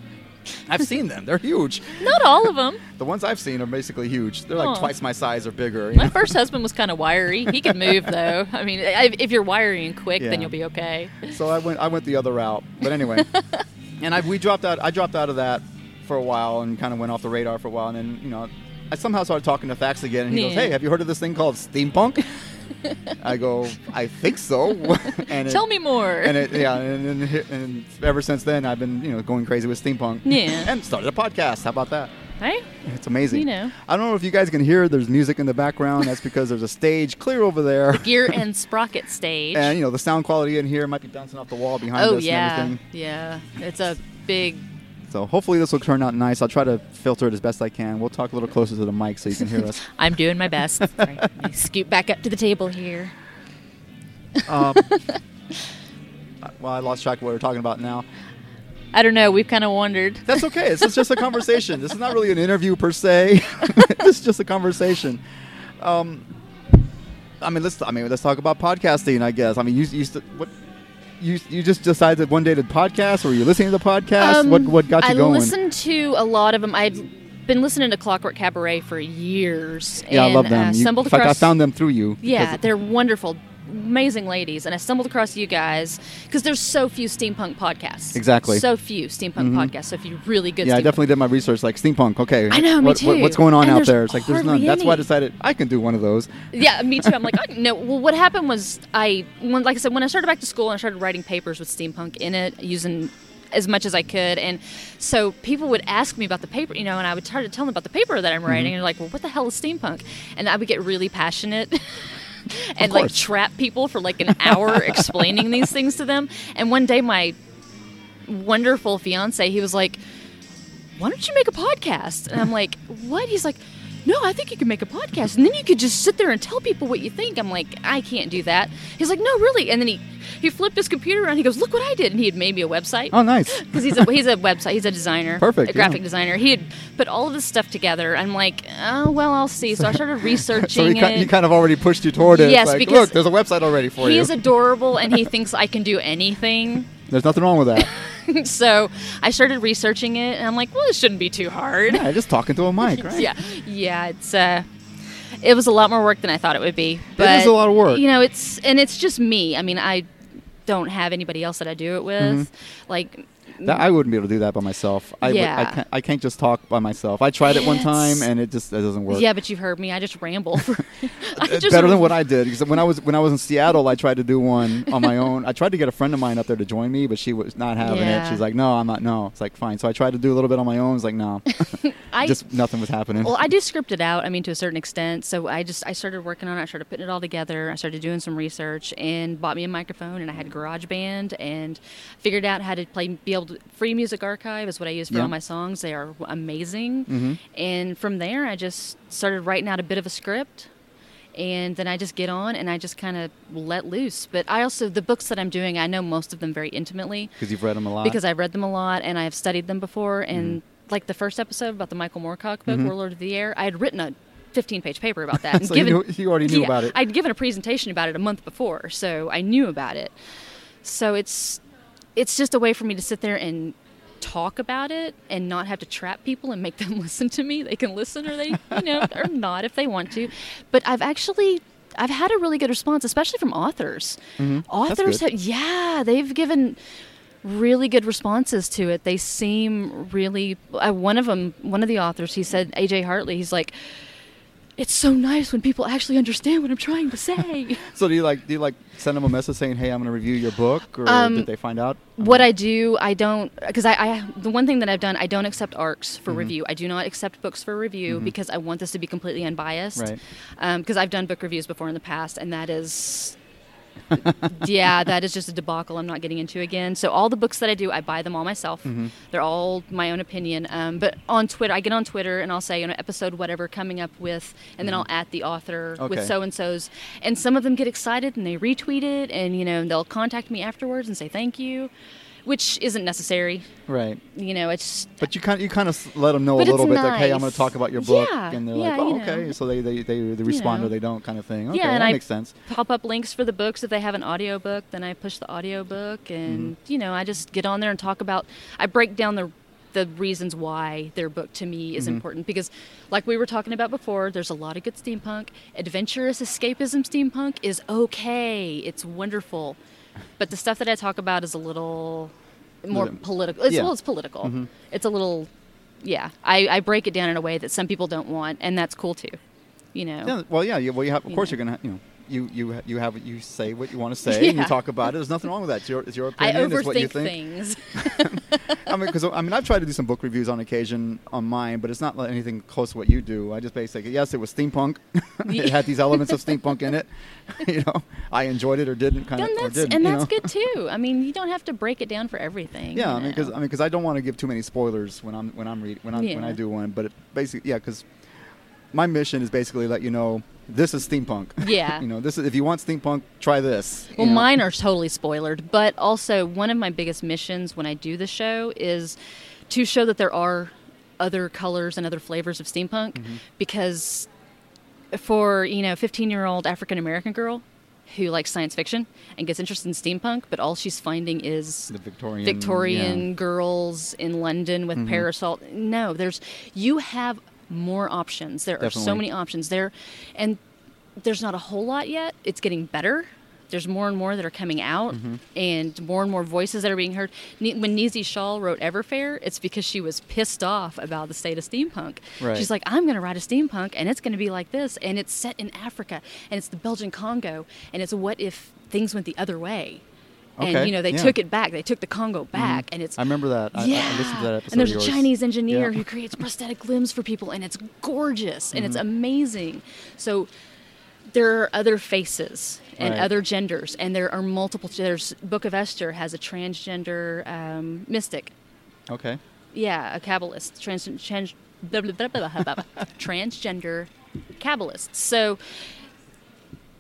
I've seen them. They're huge.
all of them.
The ones I've seen are basically huge. They're like
Aw.
twice my size or bigger. you
My
know?
first husband was kind of wiry. He could move though. I mean, I- if you're wiry and quick,
Yeah.
then you'll be okay.
so I went I went the other route. But anyway, and I we dropped out. I dropped out of that for a while and kind of went off the radar for a while. And then you know, I somehow started talking to Fax again, and he goes,
Yeah.
"Hey, have you heard of this thing called steampunk?" I go, "I think so." and it-
Tell me more.
And it, yeah, and, and, and, ever since then, I've been you know going crazy with steampunk.
Yeah.
and started a podcast. How about that?
hey,
It's amazing.
You know.
I don't know if you guys can hear. There's music in the background. That's because there's a stage clear over there.
gear and sprocket stage.
And you know the sound quality in here might be bouncing off the wall behind
oh
us and
yeah,
everything.
yeah. It's a big.
So hopefully this will turn out nice. I'll try to filter it as best I can. We'll talk a little closer to the mic so you can hear us.
I'm doing my best. Sorry. Let me Scoot back up to the table here.
Um, well, I lost track of what we're talking about now.
I don't know. We've kind of wondered.
That's okay. This is just a conversation. This is not really an interview per se. this is just a conversation. Um, I mean, let's. I mean, let's talk about podcasting. I guess. I mean, you used to what. You, you just decided one day to podcast, or were you listening to the podcast?
Um,
what what got you
I
going?
listened to a lot of them. I'd been listening to Clockwork Cabaret for years.
yeah, I
and,
love them.
Uh,
You-
stumbled
in fact,
across,
I found them through you.
Yeah,
because-
they're wonderful, amazing ladies, and I stumbled across you guys because there's so few steampunk podcasts.
Exactly. Mm-hmm.
So few steampunk podcasts. So few really good.
yeah, I
steampunk-
definitely did my research. Like steampunk. Okay,
I know, me
what, what- what's
too.
going on
And
out
there's
there? It's like there's none.
hardly
That's why I
any.
decided I can do one of those.
Yeah, me too. I'm like, I, no. Well, what happened was I, when, like I said, when I started back to school and I started writing papers with steampunk in it, using as much as I could, and so people would ask me about the paper, you know, and I would try to tell them about the paper that I'm writing, and they're like, well, what the hell is steampunk? And I would get really passionate. And like
course.
trap people for like an hour explaining these things to them. And one day, my wonderful fiance, he was like, why don't you make a podcast? And I'm like, what? He's like, no, I think you can make a podcast. And then you could just sit there and tell people what you think. I'm like, I can't do that. He's like, no, really. And then he, he flipped his computer around. He goes, look what I did. And he had made me a website.
Oh, nice.
Because he's a, he's a website, he's a designer.
Perfect,
A graphic
yeah.
designer. He had put all of this stuff together. I'm like, oh, well, I'll see. So I started researching
So he,
it.
ki- he kind of already pushed you toward it. It's
Yes,
like,
because
look, there's a website already for
he
you.
is adorable and he thinks I can do anything.
there's nothing wrong with that.
So I started researching it and I'm like, well, this shouldn't be too hard.
yeah, just talking to a mic, right?
yeah yeah it's uh it was a lot more work than i thought it would be but
is a lot of work.
you know it's and it's just me i mean i don't have anybody else that i do it with
Mm-hmm.
like
That- I wouldn't be able to do that by myself. I, would- I,
Yeah.
can't, I can't just talk by myself. I tried it one time
It's-
and it just it doesn't work.
yeah but you've heard me i just ramble I
It's
just-
better than what I did because when I was when I was in Seattle, I tried to do one on my own. I tried to get a friend of mine up there to join me, but she was not having it.
Yeah.
She's like, "No, I'm not. No." It's like, "Fine." So I tried to do a little bit on my own. It's like, "No,"
i
just nothing was happening.
well i do script it out i mean to a certain extent so i just i started working on it i started putting it all together i started doing some research and bought me a microphone and i had garageband and figured out how to play be able to free music archive is what i use for
Yeah. Mm-hmm.
all my songs they are amazing and from there i just started writing out a bit of a script and then I just get on and I just kind of let loose. But I also, the books that I'm doing, I know most of them very intimately
because you've read them a lot. Mm-hmm.
because I've read them a lot and I've studied them before. And like the first episode about the Michael Moorcock book, Warlord of the Air, I had written a 15 page paper about that. And
So you knew- you already knew
Yeah,
about it.
I'd given a presentation about it a month before, so I knew about it. So it's it's just a way for me to sit there and talk about it and not have to trap people and make them listen to me. They can listen or they, you know, or not if they want to. But I've actually I've had a really good response, especially from authors. Authors
good.
have yeah, they've given really good responses to it. They seem really uh, one of them one of the authors, he said AJ Hartley, he's like it's so nice when people actually understand what I'm trying to say.
so do you like do you like send them a message saying, "Hey, I'm going to review your book," or
Um,
did they find out?
what I do, I don't, because I, I, the one thing that I've done, I don't accept ARCs for review. I do not accept books for review because I want this to be completely unbiased.
Right.
Because I've done book reviews before in the past, and that is, yeah, that is just a debacle I'm not getting into again. So all the books that I do, I buy them all myself. They're all my own opinion. Um, but on Twitter, I get on Twitter and I'll say, you know, episode whatever coming up with, and then I'll at the author
Okay.
with so and so's. And some of them get excited and they retweet it, and you know, they'll contact me afterwards and say thank you, which isn't necessary.
Right.
You know, it's
But you kind of, you kind of let them know
But
a little
it's
bit, like, hey, I'm going
nice.
to talk about your book,
Yeah,
and they're like,
yeah,
oh,
you know.
okay. So they they, they, they respond or
know.
they don't, kind of thing. Okay,
yeah, and
that
I
makes sense.
pop up links for the books if they have an audiobook, then I push the audiobook and
Mm-hmm.
you know, I just get on there and talk about I break down the the reasons why their book to me
Mm-hmm.
is important because like we were talking about before, there's a lot of good steampunk. Adventurous escapism steampunk is okay. It's wonderful. But the stuff that I talk about is a little more
Little-
political. It's,
yeah. Mm-hmm.
Well, it's political. It's a little, yeah. I, I break it down in a way that some people don't want, and that's cool too. You know.
Yeah, well, yeah, you, well, you have, of
You
course,
know.
you're gonna, ha- you know, you you ha- you have you say what you want to say, and you
Yeah.
talk about it. There's nothing wrong with that. It's your, it's your
I
opinion. it's what you
overthink
think.
things.
I mean, because I mean, I've tried to do some book reviews on occasion on mine, but it's not like anything close to what you do. I just basically, yes, it was steampunk. it had these elements of steampunk in it. you know, I enjoyed it or didn't, kind of,
and
or
that's,
didn't.
and
you
that's
know?
good too. I mean, you don't have to break it down for everything.
Yeah, I
you
mean, because I
know.
mean, 'cause I don't want to give too many spoilers when I'm when I'm read when I when I
Yeah.
do one, but it basically, yeah, because my mission is basically let you know this is steampunk.
Yeah.
you know, this is if you want steampunk, try this. you
Well,
know.
mine are totally spoiled, but also one of my biggest missions when I do the show is to show that there are other colors and other flavors of steampunk
Mm-hmm.
because for, you know, 15-year-old African American girl who likes science fiction and gets interested in steampunk, but all she's finding is
the Victorian
Victorian
yeah. Mm-hmm.
girls in London with parasol. No, there's you have more options. There are so
Definitely.
many options there, and there's not a whole lot yet. It's getting better. There's more and more that are coming out,
Mm-hmm.
and more and more voices that are being heard. Ne- When Neezy Shaw wrote Everfair, it's because she was pissed off about the state of steampunk.
Right.
She's like, I'm going to write a steampunk, and it's going to be like this, and it's set in Africa, and it's the Belgian Congo, and it's what if things went the other way?
Okay,
And you know they
yeah. Mm-hmm.
took it back. They took the Congo back, and it's
I remember that. I- I- I
yeah.
listened to that episode
and there's
of
a
yours.
Chinese engineer
Yeah.
who creates prosthetic limbs for people, and it's gorgeous and
Mm-hmm.
it's amazing. So there are other faces and
Right.
other genders, and there are multiple. There's Book of Esther has a transgender um, mystic.
Okay.
Yeah, a Kabbalist, trans, trans, blah, blah, blah, blah, blah, blah, transgender Kabbalist. So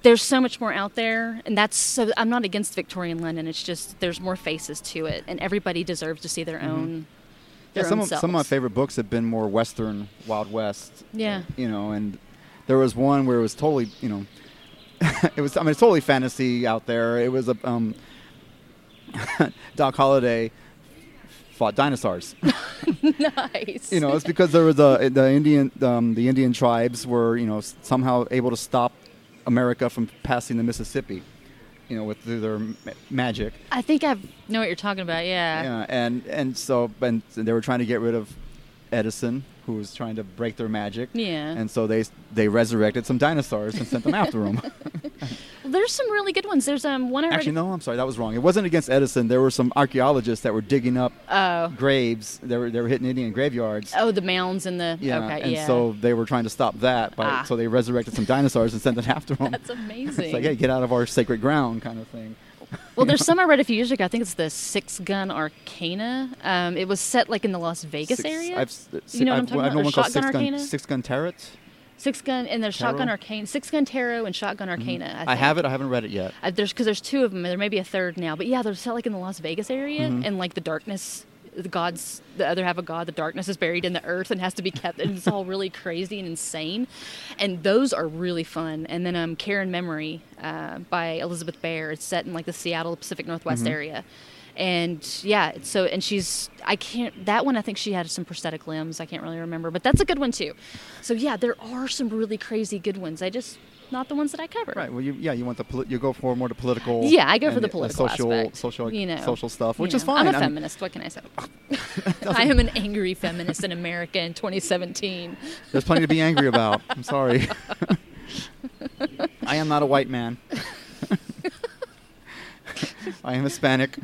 there's so much more out there, and that's so. I'm not against Victorian London. It's just there's more faces to it, and everybody deserves to see their own.
Mm-hmm. Yeah,
Their
some
own
of, some of my
selves.
favorite books have been more Western, Wild West.
Yeah.
You know, and there was one where it was totally, you know, it was. I mean, it's totally fantasy out there. It was a um, Doc Holliday fought dinosaurs.
Nice.
you know, it's because there was a the Indian um, the Indian tribes were you know s- somehow able to stop America from passing the Mississippi. You know, with through their ma- magic.
I think I know what you're talking about. Yeah.
Yeah, and and so and they were trying to get rid of Edison, who was trying to break their magic.
Yeah.
And so they they resurrected some dinosaurs and sent them after him.
Well, there's some really good ones. There's um one I read.
Actually, no, I'm sorry, that was wrong. It wasn't against Edison. There were some archaeologists that were digging up
Oh.
graves. They were they were hitting Indian graveyards.
Oh, the mounds and the.
Yeah,
okay,
and
yeah.
so they were trying to stop that, but
Ah.
so they resurrected some dinosaurs and sent them after them.
That's amazing.
it's like, hey, get out of our sacred ground, kind of thing.
Well, there's some I read a few years ago. I think it's the Six Gun Arcana. Um, it was set like in the Las Vegas
Six-
area.
I've, s- s-
you know what I'm
I've-
talking
I've
about?
known
Or
one called
Shotgun
six gun,
Arcana.
six gun turret.
Six Gun and there's Shotgun
Tarot? Mm-hmm.
Arcana, Six Gun Tarot, and Shotgun Arcana. I, think.
I have it. I haven't read it yet.
Uh, there's because there's two of them. and There may be a third now, but yeah, they're set like in the Las Vegas area and like the darkness. The gods, the other half of God, the darkness is buried in the earth and has to be kept, and it's all really crazy and insane. And those are really fun. And then um, Care and Memory uh, by Elizabeth Baer. It's set in like the Seattle Pacific Northwest area, and yeah, it's so and she's I can't that one I think she had some prosthetic limbs. I can't really remember, but that's a good one too. So yeah, there are some really crazy good ones. I just not the ones that I cover.
Right. Well, you yeah, you want the poli- you go for more the political.
Yeah, I go for
and
the
uh,
political
social,
aspect.
social,
you know,
social stuff,
you
which is
know.
fine.
I'm a
I mean,
feminist. what can I say? I am an angry feminist in America in 2017.
there's plenty to be angry about. I'm sorry. I am not a white man. I am Hispanic.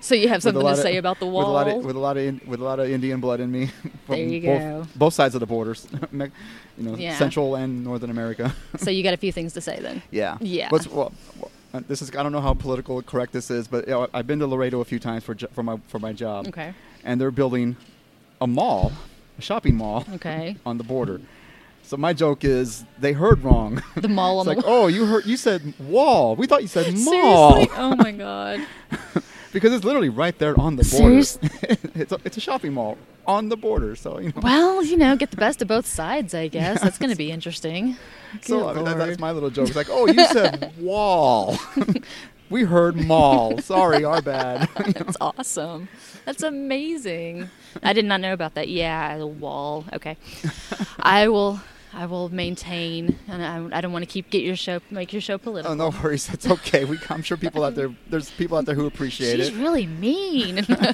So you have
with a
something
lot
to
of-
say about the
With a
wall?
lot of with a lot of in, with a lot of Indian blood in me. from
There you
both,
go.
Both sides of the borders, Me- you know,
Yeah.
Central and Northern America.
so you got a few things to say then.
yeah.
Yeah.
What's well, well, uh, this is I don't know how political correct this is, but you know, I've been to Laredo a few times for jo- for my for my job.
Okay.
And they're building a mall, a shopping mall
Okay.
on the border. So my joke is they heard wrong.
The mall
it's
on
like,
the
"Oh, you heard you said wall. We thought you said mall."
Seriously? Oh my god.
because it's literally right there on the border.
Serious-
it's, a, it's a shopping mall on the border, so you know.
Well, you know, get the best of both sides, I guess. That's going to be interesting.
so
Good
I mean, that, that's
Lord.
my little joke. It's like, oh, you said wall. we heard mall. Sorry, our bad.
That's awesome. That's amazing. I did not know about that. Yeah, the wall. Okay, I will. I will maintain, and I, I don't want to keep get your show, make your show
oh,
political.
no worries. It's okay. We, I'm sure people out there, there's people out there who appreciate
She's
it.
really mean. no, I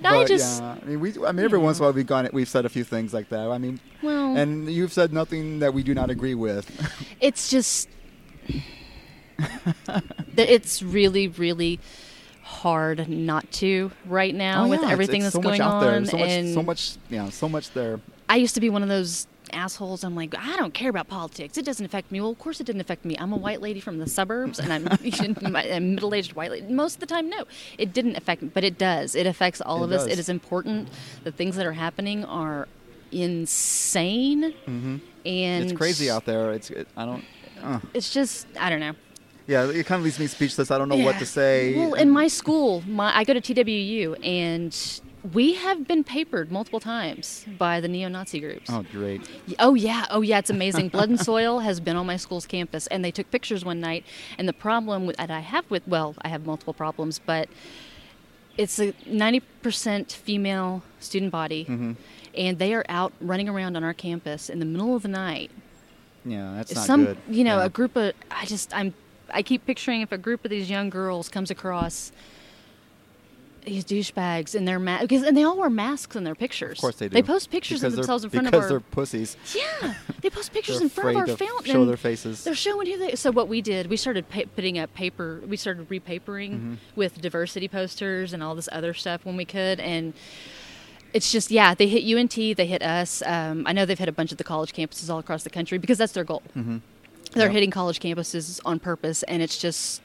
But,
just
yeah, I mean, we, I mean, every once in a while we've gone, we've said a few things like that. I mean,
Well-
and you've said nothing that we do not agree with.
it's just that it's really really hard not to right now
Oh,
with
yeah, it's-
everything
it's
that's
so
going
much out
on
there. So much,
and
so much, yeah, so much there.
I used to be one of those assholes. I'm like, I don't care about politics. It doesn't affect me. Well, of course it didn't affect me. I'm a white lady from the suburbs, and I'm a middle-aged white lady. Most of the time, no, it didn't affect me, but it does. It affects all
It
of us.
does.
It is important. The things that are happening are insane, And
Mm-hmm. it's crazy out there. It's it, I don't. Uh.
It's just I don't know.
Yeah, it kind of leaves me speechless. I don't know what
Yeah.
to say.
Well, in my school, my I go to TWU, and we have been papered multiple times by the neo-Nazi groups.
oh, great.
Oh yeah, oh yeah, it's amazing. Blood and Soil has been on my school's campus, and they took pictures one night. And the problem with- that I have with well, I have multiple problems, but it's a ninety percent female student body,
Mm-hmm.
and they are out running around on our campus in the middle of the night.
Yeah, that's not
Some,
good.
you know,
Yeah.
a group of I just I'm I keep picturing if a group of these young girls comes across these douchebags in their masks because and they all wear masks in their pictures.
Of course they do.
They post pictures
Because
of
they're-
themselves in front of
because
our
they're pussies.
yeah, they post pictures
They're
in front of our
afraid to
fountain.
show
and
their faces.
They're showing who they. So what we did, we started pa- putting up paper. We started repapering
Mm-hmm.
with diversity posters and all this other stuff when we could. And it's just yeah, they hit UNT, they hit us. Um, I know they've hit a bunch of the college campuses all across the country because that's their goal.
Mm-hmm.
They're
Yep.
hitting college campuses on purpose, and it's just.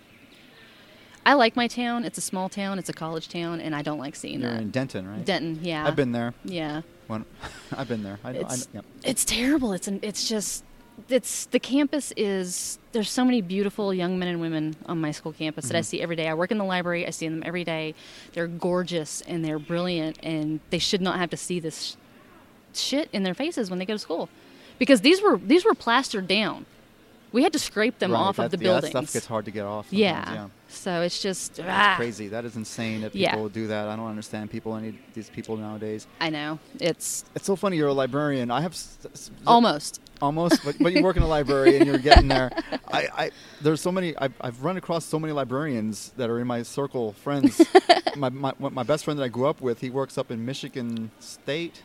I like my town. It's a small town. It's a college town, and I don't like seeing
You're
that.
in Denton, right?
Denton, yeah.
I've been there.
Yeah
When, I've been there. I, I,
it's
yeah.
it's terrible. It's an, it's just it's the campus is there's so many beautiful young men and women on my school campus
Mm-hmm.
that I see every day. I work in the library. I see them every day. They're gorgeous and they're brilliant and they should not have to see this sh- shit in their faces when they go to school. Because these were these were plastered down. We had to scrape them
Right,
off of
that-
the
yeah,
buildings.
That stuff gets hard to get off. sometimes,
yeah.
yeah.
So it's just ah,
That's crazy. That is insane that
Yeah.
people do that. I don't understand people. I need these people nowadays.
I know. It's
It's so funny. You're a librarian. I have s- s-
almost
almost, but, but you work in a library and you're getting there. I, I there's so many. I've, I've run across so many librarians that are in my circle, friends. my, my my best friend that I grew up with, he works up in Michigan State.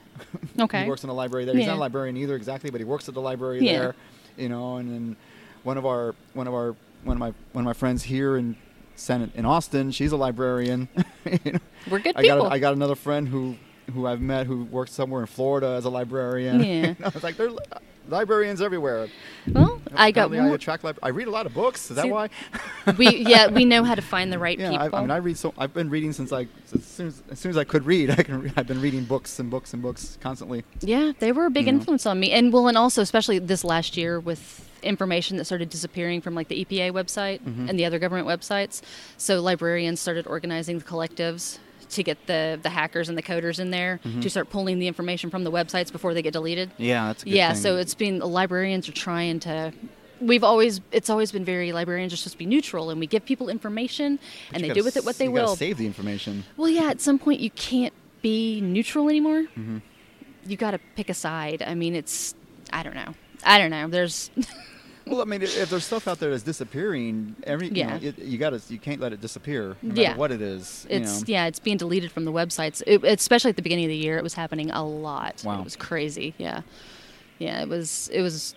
okay.
He works in a library there. He's not a
Yeah.
librarian either exactly, but he works at the library
Yeah.
there. You know, and then one of our one of our one of my one of my friends here in Senate in Austin, she's a librarian. You know,
We're good
I
people.
got a, I got another friend who who I've met who works somewhere in Florida as a librarian.
Yeah.
You know, it's like there's librarians everywhere.
well, I got
Apparently
one
I
more-
attract libra- I read a lot of books. Is that
See,
why?
we yeah we know how to find the right
Yeah,
people.
I, I mean, I read so. I've been reading since I as soon as, as soon as I could read. I can. Re- I've been reading books and books and books constantly.
yeah, they were a big
You know.
influence on me, and well, and also especially this last year with information that started disappearing from like the EPA website
Mm-hmm.
and the other government websites. So librarians started organizing the collectives to get the the hackers and the coders in there to start pulling the information from the websites before they get deleted.
Mm-hmm. Yeah, that's
yeah, so it's been librarians are trying to. We've always it's always been very librarians are supposed to be neutral and we give people information and they do with it what they
you
will.
Gotta save the information.
Well, yeah, at some point you can't be neutral anymore.
Mm-hmm.
You got to pick a side. I mean, it's I don't know. I don't know. There's
Well, I mean, if, if there's stuff out there that's disappearing, every
Yeah.
you, know, it, you gotta you can't let it disappear. No
Yeah.
matter what it is. you
it's
know.
yeah, it's being deleted from the websites. It, especially at the beginning of the year, it was happening a lot.
Wow.
It was crazy. Yeah. Yeah, it was it was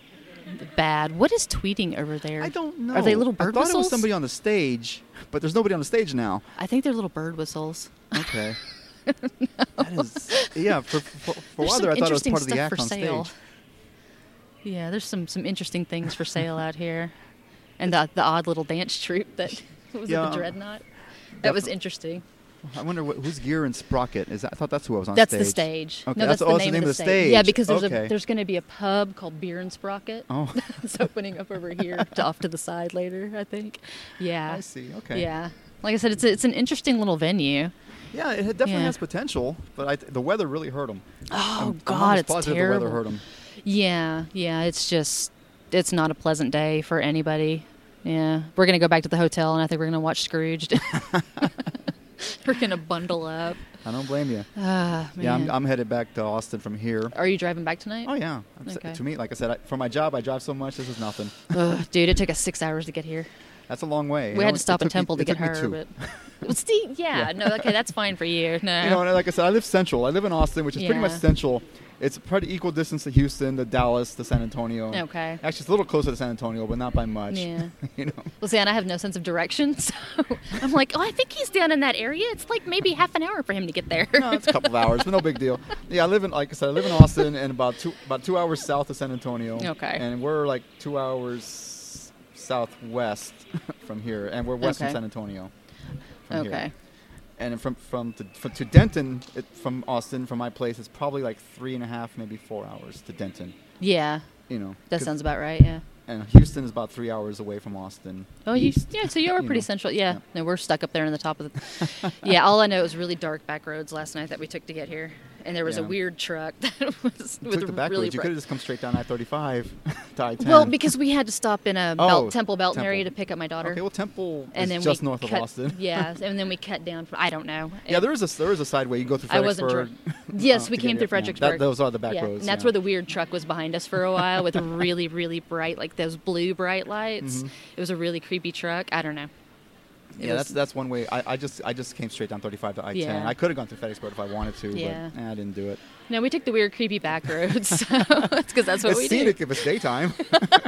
bad. What is tweeting over there?
I don't know.
Are they little bird
I thought it was
whistles?
somebody on the stage, but there's nobody on the stage now.
I think they're little bird whistles.
Okay. That is, yeah, for, for, for a while
There's some
there, I thought it was
interesting
part of the
stuff
act
for
on
sale.
stage.
Yeah, there's some some interesting things for sale out here, and the the odd little dance troupe that what was it,
Yeah.
the dreadnought. That was
Definitely.
interesting.
I wonder what, who's Gear and Sprocket is. That, I thought that's who I was on
That's
stage.
the stage.
Okay,
no, that's,
oh, it's
the name, of the stage.
stage.
Yeah, because there's
Okay.
a there's going to be a pub called Beer and Sprocket.
Oh,
it's opening up over here, to, off to the side later, I think. Yeah.
I see. Okay.
Yeah. Like I said, it's a, it's an interesting little venue.
Yeah, it had- definitely
Yeah.
has potential, but I, th- the weather really hurt them.
Oh
I'm
God,
almost
it's
positive
terrible.
the weather hurt them.
Yeah, yeah, it's just it's not a pleasant day for anybody. Yeah, we're gonna go back to the hotel, and I think we're gonna watch Scrooged. we're gonna bundle up.
I don't blame you.
Ah,
Yeah, I'm,
man.
I'm headed back to Austin from here.
Are you driving back tonight?
Oh yeah. I'm s-
Okay.
To me, like I said, I, for my job, I drive so much. This is nothing.
Ugh, dude, it took us six hours to get here.
That's a long way.
we
It
had
only-
to stop
it
in
took me-
Temple
it
to get
took me
her,
two.
but Well, see, yeah, no, okay, that's fine for you. No,
You know, and like I said, I live central. I live in Austin, which is pretty much
eh. Yeah.
central. It's pretty equal distance to Houston, to Dallas, to San Antonio.
Okay.
Actually, it's a little closer to San Antonio, but not by much.
Yeah.
you know.
well, see, and I have no sense of direction, so I'm like, oh, I think he's down in that area. It's like maybe half an hour for him to get there.
No, it's a couple of hours, but no big deal. Yeah, I live in like I said, I live in Austin, and about two about two hours south of San Antonio.
Okay.
And we're like two hours southwest from here, and we're west
Okay.
from San Antonio. From
Okay.
Here. and from from to, from to Denton, it, from Austin, from my place, it's probably like three and a half, maybe four hours to Denton.
Yeah,
You know,
that
'cause-
sounds about right. Yeah.
And Houston is about three hours away from Austin.
Oh, you, yeah. So you are
you
pretty
know.
central. Yeah.
Yeah.
No, we're stuck up there in the top of the.
yeah, all I know is really dark back roads last night that we took to get here, and there was a
Yeah.
weird truck that was
You
with
took the back
really
roads. You
bright-
could have just come straight down I-35 to I-10.
Well, because we had to stop in a belt,
Oh,
Temple Belton area to
Temple.
pick up my daughter,
okay, well, Temple
and then
is just
we
north
cut,
of Austin.
yeah, and then we cut down. From, I don't know.
Yeah,
It-
there is a there is a side way you go through.
I wasn't
Fredericksburg.
sure. Yes,
uh,
we
to
came
get here. Yeah,
through
that-
Fredericksburg.
those are the back
yeah,
roads.
And that's
yeah.
where the weird truck was behind us for a while with really, really bright, like those blue bright lights.
Mm-hmm.
It was a really creepy truck. I don't know.
Yeah,
it was-
that's that's one way. I, I just I just came straight down 35 to I-10.
Yeah.
I could have gone through Fredericksburg if I wanted to,
Yeah.
but eh, I didn't do it.
No, we took the weird, creepy back roads. So that's because that's what
it's
we
scenic
do.
if it's daytime.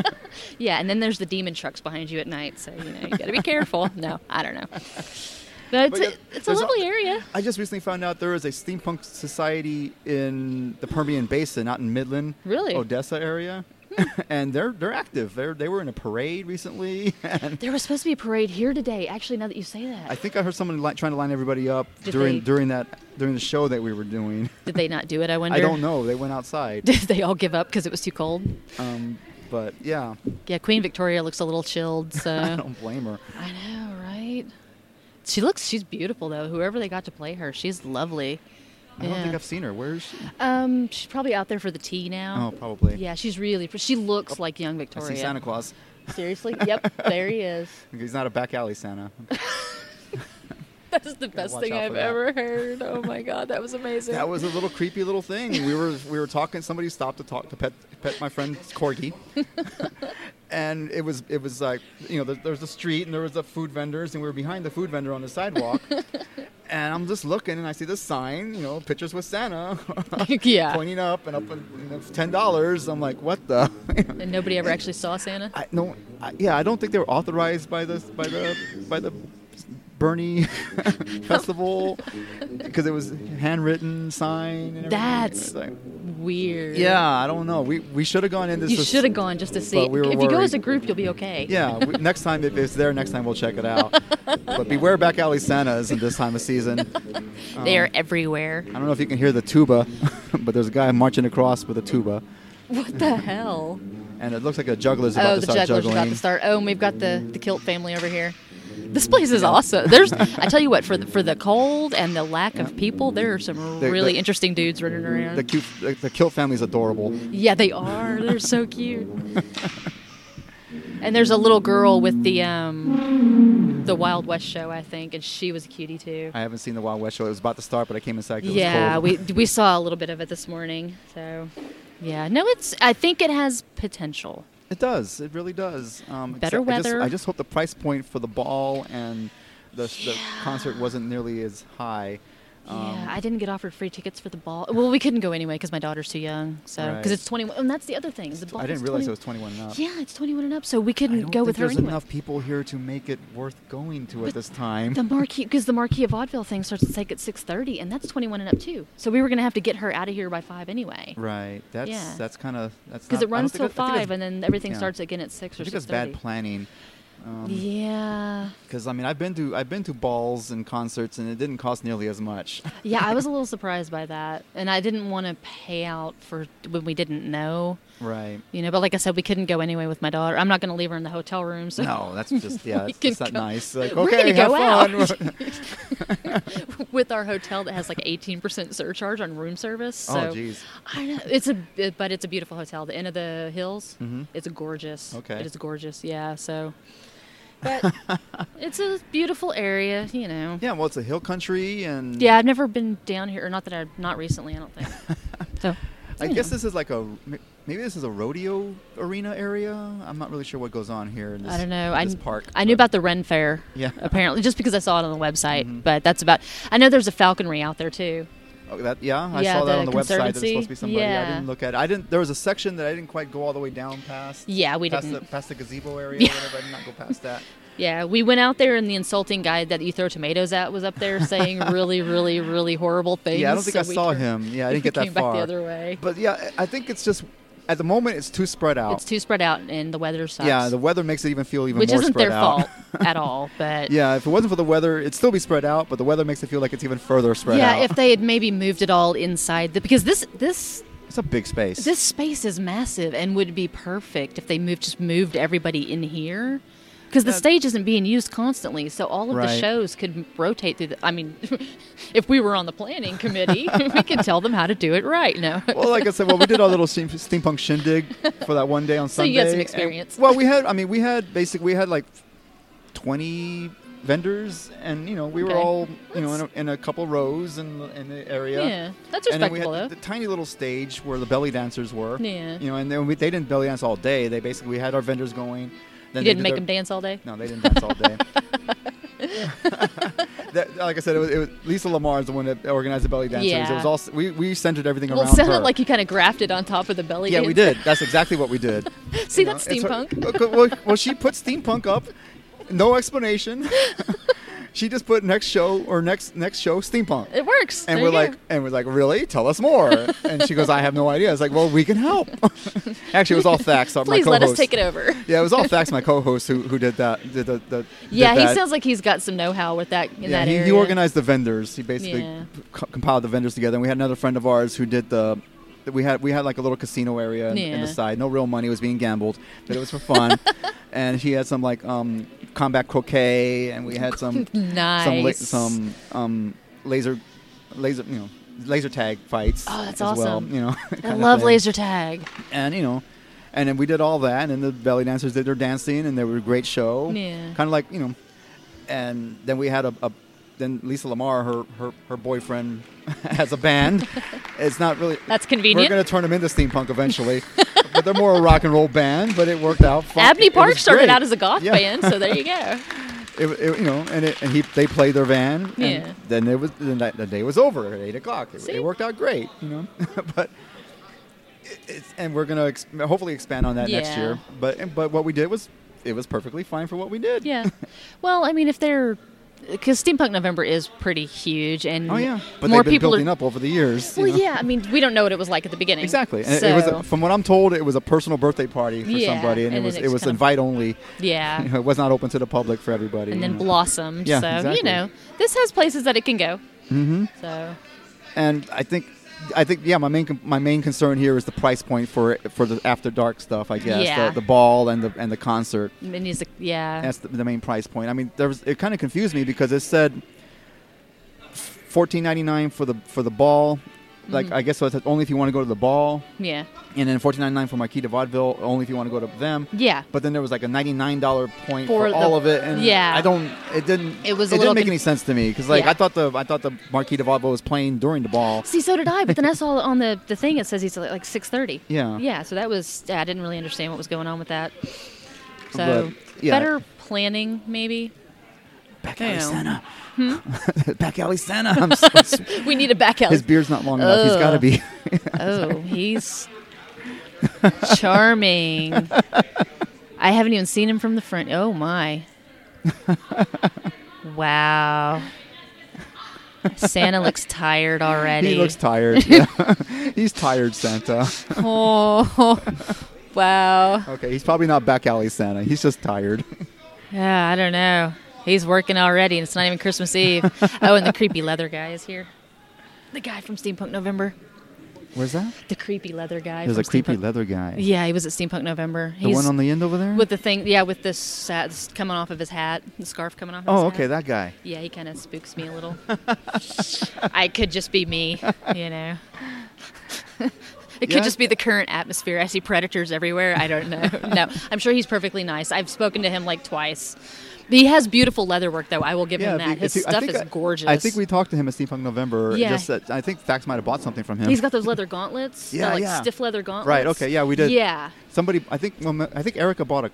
Yeah, and then there's the demon trucks behind you at night, so you know you got to be careful. No, I don't know. But it's,
yeah,
a, it's a
there's a-
lovely area.
I just recently found out there is a steampunk society in the Permian Basin, not in Midland,
Really?
Odessa area, and they're they're active. They they were in a parade recently, and
There was supposed to be a parade here today. Actually, now that you say that,
I think I heard someone li- trying to line everybody up
Did
during
they-
during that during the show that we were doing.
did they not do it? I wonder.
I don't know. They went outside,
Did they all give up because it was too cold?
um, but yeah,
Yeah, Queen Victoria looks a little chilled. So
I don't blame her.
I know, right? She looks, she's beautiful though. Whoever they got to play her, she's lovely.
I don't think
Yeah.
I've seen her. Where is she?
Um, she's probably out there for the tea now.
Oh, probably.
Yeah, she's really. Pre- she looks like young
I
Victoria.
see Santa Claus.
Seriously. Yep. There he is.
He's not a back alley Santa.
That is the best
watch
thing
out for
I've
that.
ever heard. Oh my god, that was amazing.
That was a little creepy little thing. We were we were talking. Somebody stopped to talk to pet pet my friend corgi, and it was it was like you know there, there was a street and there was a food vendors and we were behind the food vendor on the sidewalk, and I'm just looking and I see this sign you know pictures with Santa
yeah.
pointing up and up and you know, ten dollars. I'm like what the.
And nobody ever actually saw Santa.
I, no, I, yeah, I don't think they were authorized by the by the by the Bernie festival because it was handwritten sign. And everything.
That's-
It's like-
Weird.
yeah, I don't know. We we should have gone in this.
You
as-
should have gone just to see.
we were
if you go
worried.
as a group, you'll be okay.
Yeah, we, next time if it's there, next time we'll check it out. but beware back alley Santa isn't this time of season.
They are everywhere.
I don't know if you can hear the tuba, but there's a guy marching across with a tuba,
What the hell?
and it looks like a juggler's about
Oh,
to
the
start
juggler's
juggling.
about to start. Oh, and we've got the the kilt family over here.
This place is awesome. There's, I tell you what, for the, for the cold and the lack of people, there are some
The-
really
the-
interesting dudes running around.
The cute, the, the kilt family's adorable.
yeah, they are. They're so cute. and there's a little girl with the um, the Wild West show, I think, and she was a cutie too.
I haven't seen the Wild West show. It was about to start, but I came inside. 'cause
Yeah,
it was cold.
we we saw a little bit of it this morning. So, yeah, no, it's. I think it has potential.
It does. It really does. Um, except
Better
I
weather.
just, I just hope the price point for the ball and the, the concert wasn't nearly as high. Um,
yeah, I didn't get offered free tickets for the ball. Well, we couldn't go anyway because my daughter's too young. So, because
Right.
it's 21, and that's the other thing. The ball
I didn't
is
realize
20
it was 21 and up.
Yeah, it's 21 and up, so
I
we couldn't
don't
go
think
with her
there's
anyway.
enough people here to make it worth going to at
But
this time.
The marquee, because the marquee of vaudeville thing starts to take at 6:30, and that's 21 and up too. So we were gonna have to get her out of here by five anyway,
right. That's
Yeah.
that's kind of that's not-
because
I
it
don't
runs
think
till
that- I think
five,
that's-
and then everything
yeah.
starts again at six
I
or
think it's
6:30.
bad planning.
yeah,
Because I mean, I've been to I've been to balls and concerts, and it didn't cost nearly as much.
yeah, I was a little surprised by that, and I didn't want to pay out for when we didn't know,
right.
you know. But like I said, we couldn't go anyway with my daughter. I'm not gonna leave her in the hotel room, so
No, that's just yeah,
We
it's just not
can go-
nice. Like,
We're
okay,
gonna go
have
out.
fun.
with our hotel that has like 18% surcharge on room service. So
Oh, geez.
I know it's a it- but it's a beautiful hotel. The Inn of the Hills. It's gorgeous.
Mm-hmm. Okay.
It is gorgeous. Yeah. So, but it's a beautiful area. You know.
Yeah, well, it's a hill country, and
Yeah, I've never been down here, or not that I not recently. I don't think. So.
I
you
guess
know.
this is like a m- maybe this is a rodeo arena area. I'm not really sure what goes on here in this.
I don't know.
in
I
this
kn-
park.
I knew
but-
about the Ren Fair.
Yeah. Mm-hmm.
Apparently, just because I saw it on the website. But that's about. I know there's a falconry out there too.
Oh, that, yeah, I
Yeah,
saw that on
the
the website. That it's supposed to
conservancy.
be somebody. I
Yeah.
didn't look at. it. I didn't. There was a section that I didn't quite go all the way down past.
Yeah, we
past
didn't.
The, past the gazebo area.
Yeah.
Or whatever. I did not go past that.
Yeah, we went out there, and the insulting guy that you throw tomatoes at was up there saying really, really, really horrible things.
Yeah, I don't think
so
I
we
saw
turned-
him. Yeah, I didn't
we
get that
came
far.
back the other way.
But yeah, I I think it's just at the moment it's too spread out.
It's too spread out, and the weather sucks.
yeah, the weather makes it even feel even
which
more
isn't
spread
their
out.
fault at all. But
yeah, if it wasn't for the weather, it'd still be spread out, but the weather makes it feel like it's even further spread
yeah,
out.
if they had maybe moved it all inside, the, because this this
it's a big space.
this space is massive and would be perfect if they moved just moved everybody in here. Because the stage isn't being used constantly, so all of the
Uh, Right.
shows could rotate through. The, I mean, if we were on the planning committee, we could tell them how to do it right. No,
well, like I said, well, we did our little steam, steampunk shindig for that one day on
So
Sunday.
you had some
and-
experience.
well, we had. I mean, we had basically we had like twenty vendors, and you know we were
Okay.
all you know in a, in a couple rows in the, in the area.
Yeah, that's
And then we had
respectable,
the, the tiny little stage where the belly dancers were.
Yeah.
You know, and then we, they didn't belly dance all day. They basically had our vendors going. Then they
you didn't
did
make
their-
them dance all day.
no, they didn't dance all day. that, like I said, it was, it was Lisa Lamar is the one that organized the belly dancers. It
Yeah.
was all s- we, we centered everything
Well, it
around
sounded
her.
like you kind of grafted on top of the belly.
yeah, we
dance.
did. That's exactly what we did.
See,
You know,
that's
it's her-
steampunk.
Okay, well, well, she put steampunk up, no explanation. she just put next show or next next show steampunk.
It works.
and
There
we're
you go.
like, and we're like, really? Tell us more. and she goes, I have no idea. I was like, well, we can help. Actually, it was all facts. my
please let us
co-host.
take it over.
Yeah, it was all facts. My co-host who, who did that. Did the, the,
Yeah,
did
he
that.
sounds like he's got some know-how with that in
Yeah,
that
he,
area.
he organized the vendors. He basically
Yeah.
co- compiled the vendors together. And we had another friend of ours who did the. that We had we had like a little casino area in, in the
Yeah.
side. No real money was being gambled, but it was for fun. and he had some like um, combat croquet, and we had some some la-
Nice.
some um, laser laser you know laser tag fights.
Oh, that's
as well,
awesome.
you know,
I
kind of
love
thing.
laser tag.
and you know. And then we did all that, and the belly dancers did their dancing, and they were a great show.
Yeah.
Kind of like you know, and then we had a, a then Lisa Lamar, her her, her boyfriend, has a band. it's not really
That's
we're
convenient.
going to turn them into steampunk eventually, but they're more a rock and roll band. But it worked out. Fun.
Abney
It was
Park started
great.
out as a goth
Yeah.
band, so there you go.
It, it- you know, and, it, and he they played their van. And
Yeah.
Then it was then that, the day was over at eight o'clock. It,
See?
it worked out great, you know. but it- it's, and we're gonna ex- hopefully expand on that next
Yeah.
year. But and- but what we did was it was perfectly fine for what we did.
Yeah. Well, I mean, if they're because steampunk November is pretty huge, and
Oh yeah. But
more
they've been
people
building
are.
up over the years. you
Well,
know.
yeah. I mean, we don't know what it was like at the beginning.
Exactly. And
So,
it- it was a- from what I'm told, it was a personal birthday party for
Yeah,
somebody, and,
and
it was
then
it
it's
was
kind of-
invite only. You
yeah.
know, it was not open to the public for everybody.
And
you
then
know.
blossomed.
Yeah,
so
exactly.
you know, this has places that it can go. Mm-hmm. So
and I think, I think, yeah, my main con- my main concern here is the price point for for the after dark stuff. I guess
Yeah.
the, the ball and the and the concert.
it needs a yeah.
That's the, the main price point. I mean, there was it kind of confused me because it said fourteen ninety nine for the for the ball. Like
Mm-hmm.
I guess so it's only if you want to go to the ball,
yeah.
and then fourteen ninety nine for Marquis de Vaudeville only if you want to go to them.
Yeah.
But then there was like a ninety-nine dollar point for,
For the-
all of it, and
yeah.
I don't. It didn't.
It was a
It didn't
little
make
con-
any sense to me because like
Yeah.
I thought the I thought the Marquis de Vaudeville was playing during the ball.
See, so did I. But then I saw on the, the thing it says he's like, like six thirty.
Yeah.
Yeah. So that was yeah, I didn't really understand what was going on with that. So
But, yeah.
better planning, maybe.
Back
I
alley
know.
Santa. Back alley Santa. I'm so-
We need a back alley.
his beard's not long enough. He's got to
Ugh.
be.
oh, he's charming. I haven't even seen him from the front. Oh my! Wow. Santa looks tired already.
he looks tired. Yeah. he's tired, Santa.
oh, wow.
Okay, he's probably not back alley Santa. He's just tired.
Yeah, I don't know. He's working already, and it's not even Christmas Eve. oh, and the creepy leather guy is here. The guy from Steampunk November.
Where's that?
The creepy leather guy.
There's
from
a creepy
Steampunk-
leather guy.
Yeah, he was at Steampunk November.
The one on the end over there.
with the thing. Yeah, with this sa- this coming off of his hat, the scarf coming off. Of
oh,
his
okay,
hat.
that guy.
Yeah, he kind of spooks me a little. I could just be me, you know. It
Yeah.
could just be the current atmosphere. I see predators everywhere. I don't know. No, I'm sure he's perfectly nice. I've spoken to him like twice. He has beautiful leather work, though. I will give him
if you-
that. His
if you- I
stuff
think
is
I-
gorgeous.
I think we talked to him at Steampunk November.
Yeah.
Just that I think Fax might have bought something from him.
He's got those leather gauntlets.
Yeah,
they're like
yeah.
stiff leather gauntlets.
right. Okay. Yeah, we did.
Yeah.
Somebody, I think, well, I think Erica bought a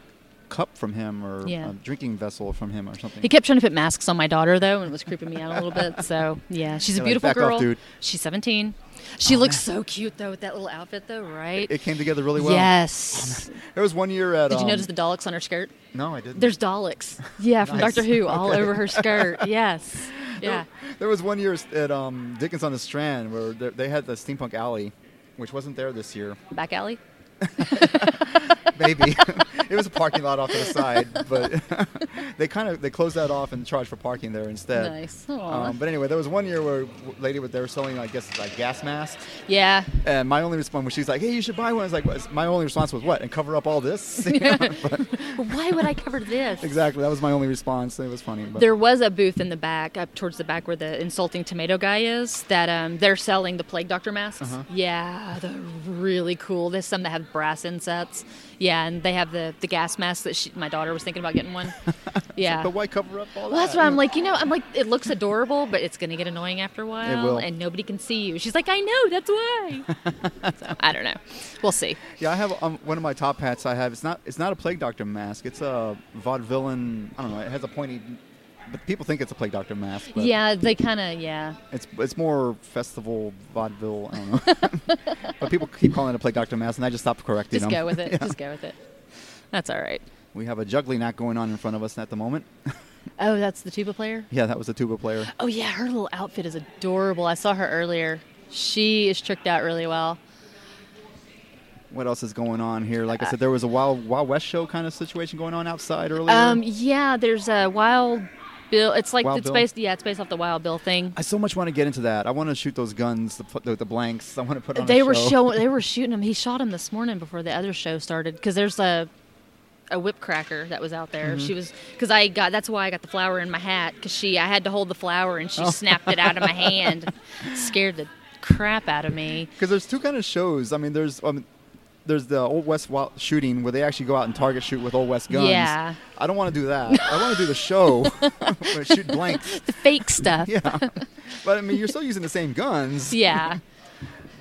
cup from him or
Yeah.
a drinking vessel from him or something.
He kept trying to put masks on my daughter though, and it was creeping me out a little bit. So yeah, she's
Yeah,
a
like,
beautiful
back off,
girl.
dude. Oh,
She's 17. She looks so cute though with that little outfit though, right?
it came together really well.
yes.
There was one year at.
Did you
um,
notice the Daleks on her skirt?
No, I didn't.
There's Daleks. Yeah, from
Nice.
Doctor Who all
Okay.
over her skirt. Yes. Yeah.
There was one year at um, Dickens on the Strand where th- they had the Steampunk Alley, which wasn't there this year.
Back alley.
Maybe it was a parking lot off to the side, but they kind of they closed that off and charged for parking there instead.
Nice. Aw.
Um, but anyway, there was one year where a lady was they were selling I guess like gas masks,
yeah.
and my only response was she's like, "Hey, you should buy one." I was like, what? "My only response was what? And cover up all this?" You know, but-
Why would I cover this?
exactly, that was my only response. It was funny. But.
There was a booth in the back, up towards the back where the insulting tomato guy is, that um, they're selling the plague doctor masks.
Uh-huh.
Yeah, they're really cool. There's some that have brass insets. Yeah, and they have the, the gas mask that she, my daughter was thinking about getting one. Yeah.
But uh, why cover up all
Well,
that?
that's why I'm like, you know, I'm like, it looks adorable, but it's going to get annoying after a while,
will.
and nobody can see you. She's like, I know, that's why. so, I don't know. We'll see.
Yeah, I have um, one of my top hats. I have it's not it's not a plague doctor mask. It's a vaudevillain. I don't know. It has a pointy. But people think it's a plague doctor mask. But
yeah, they kind of, yeah.
It's it's more festival vaudeville. I don't know. but people keep calling it a plague doctor mask, and I just stopped correcting
Just
them.
go with it. Just go with it. That's all right.
We have a juggling act going on in front of us at the moment.
Oh, that's the tuba player?
yeah, that was a tuba player.
Oh yeah, her little outfit is adorable. I saw her earlier. She is tricked out really well.
What else is going on here? Like I said, there was a wild wild west show kind of situation going on outside earlier.
Um, yeah, there's a Wild Bill. It's like
Wild
it's
Bill?
based. Yeah, it's based off the Wild Bill thing.
I so much want to get into that. I want to shoot those guns, the, pl- the, the blanks. I want to put on. a
They were
show.
showing. They were shooting him. He shot him this morning before the other show started because there's a a whip cracker that was out
Mm-hmm.
there. She was because I got. That's why I got the flower in my hat because she. I had to hold the flower and she
Oh.
snapped it out of my hand, scared the crap out of me.
Because there's two kind of shows. I mean, there's um, there's the old west wa- shooting where they actually go out and target shoot with old west guns.
Yeah.
I don't want to do that. I want to do the show, where shoot blanks.
The fake stuff.
Yeah. But I mean, you're still using the same guns.
yeah.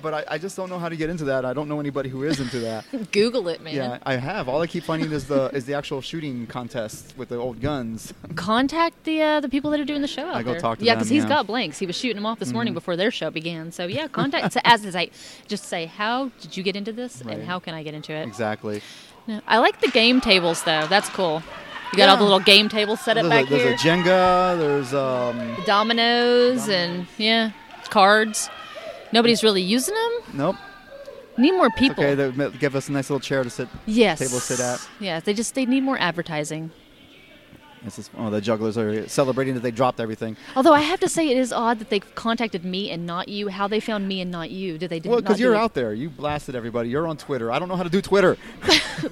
But I, I just don't know how to get into that. I don't know anybody who is into that.
Google it, man.
yeah, I have. All I keep finding is the is the actual shooting contest with the old guns.
contact the uh, the people that are doing the show out
I go
there.
talk to
yeah,
them,
he's
yeah. Mm-hmm.
got blanks. He was shooting them off this morning before their show began. So yeah, contact. so as is, I just say, how did you get into this,
Right.
and how can I get into it?
exactly.
No, I like the game tables though. That's cool. You got all the
Yeah.
little game tables set up
There's,
back
a, there's
here.
a Jenga. There's um.
dominoes, and yeah, cards. Nobody's really using them.
Nope.
Need more people.
Okay, they ma- give us a nice little chair to sit.
yes.
Table sit at.
Yeah, they just they need more advertising.
This is, oh, the jugglers are celebrating that they dropped everything.
Although I have to say, it is odd that they contacted me and not you. How they found me and not you? Did they? Did
Well,
not
because
do
you're
it?
out there, you blasted everybody. You're on Twitter. I don't know how to do Twitter.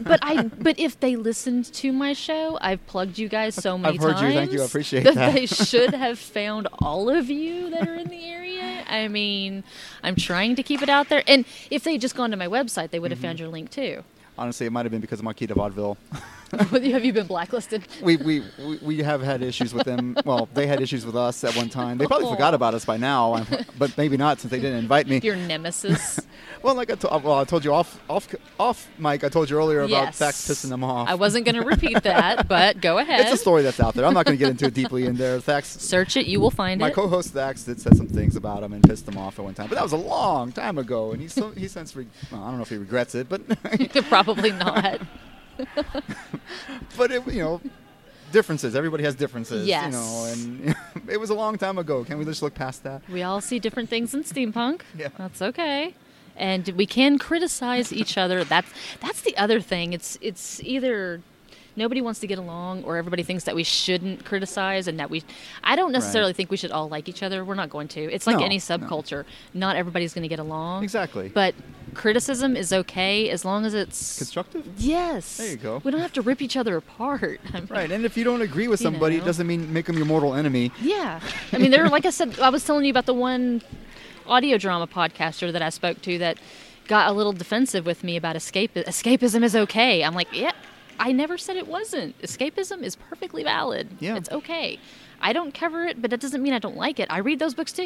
But I but if they listened to my show, I've plugged you guys so many
I've heard you.
times.
Thank you. I appreciate that.
They should have found all of you that are in the area. I mean, I'm trying to keep it out there. And if they had just gone to my website, they would have
Mm-hmm.
found your link too.
Honestly, it might have been because of Marquita Vaudeville.
have you been blacklisted?
We, we we we have had issues with them. Well, they had issues with us at one time. They
Oh.
probably forgot about us by now, I'm- but maybe not since they didn't invite me.
Your nemesis.
Well, like I, to- well, I told you off off off mic. I told you earlier about
yes.
Zach pissing them off.
I wasn't going to repeat that, but go ahead.
It's a story that's out there. I'm not going to get into it deeply in there. Thax,
Search it. You will find
my
it.
co-host Thax did said some things about him and pissed him off at one time, but that was a long time ago, and he so, he since re- well, I don't know if he regrets it, but
Probably not.
but it, you know, differences. Everybody has differences. You
Yes.
know, and it was a long time ago. Can we just look past that?
We all see different things in steampunk.
Yeah.
That's okay. And we can criticize each other. That's that's the other thing. It's it's either nobody wants to get along or everybody thinks that we shouldn't criticize and that we I don't necessarily think we should all like each other. We're not going to. It's like
No,
any
no.
subculture. Not everybody's going to get along.
Exactly.
But criticism is okay as long as it's
Constructive.
Yes.
There you go.
We don't have to rip each other apart. I mean,
Right, and if you don't agree with
You
somebody,
know.
it doesn't mean make them your mortal enemy.
Yeah. I mean, there, like I said, I was telling you about the one audio drama podcaster that I spoke to that got a little defensive with me about escape. Escapism is okay. I'm like, yeah, I never said it wasn't. Escapism is perfectly valid.
Yeah.
It's okay. I don't cover it, but that doesn't mean I don't like it. I read those books too.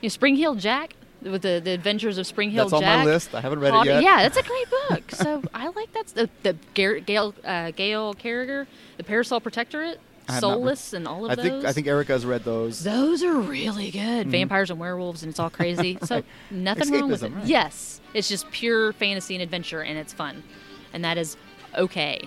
You know, Spring Hill Jack, with the, the Adventures of Spring Hill
That's on
Jack.
my list. I haven't read it
Hobby-
yet.
Yeah, that's a great book. So I like that's the the Gar- Gail uh, Gail Carriger, the Parasol Protectorate,
I have not read-
Soulless, and all of
I
those.
think I think Erica has read those.
Those are really
Mm-hmm.
good. Vampires and werewolves, and it's all crazy. So nothing wrong with it.
Escapism, right.
Yes, it's just pure fantasy and adventure, and it's fun, and that is okay.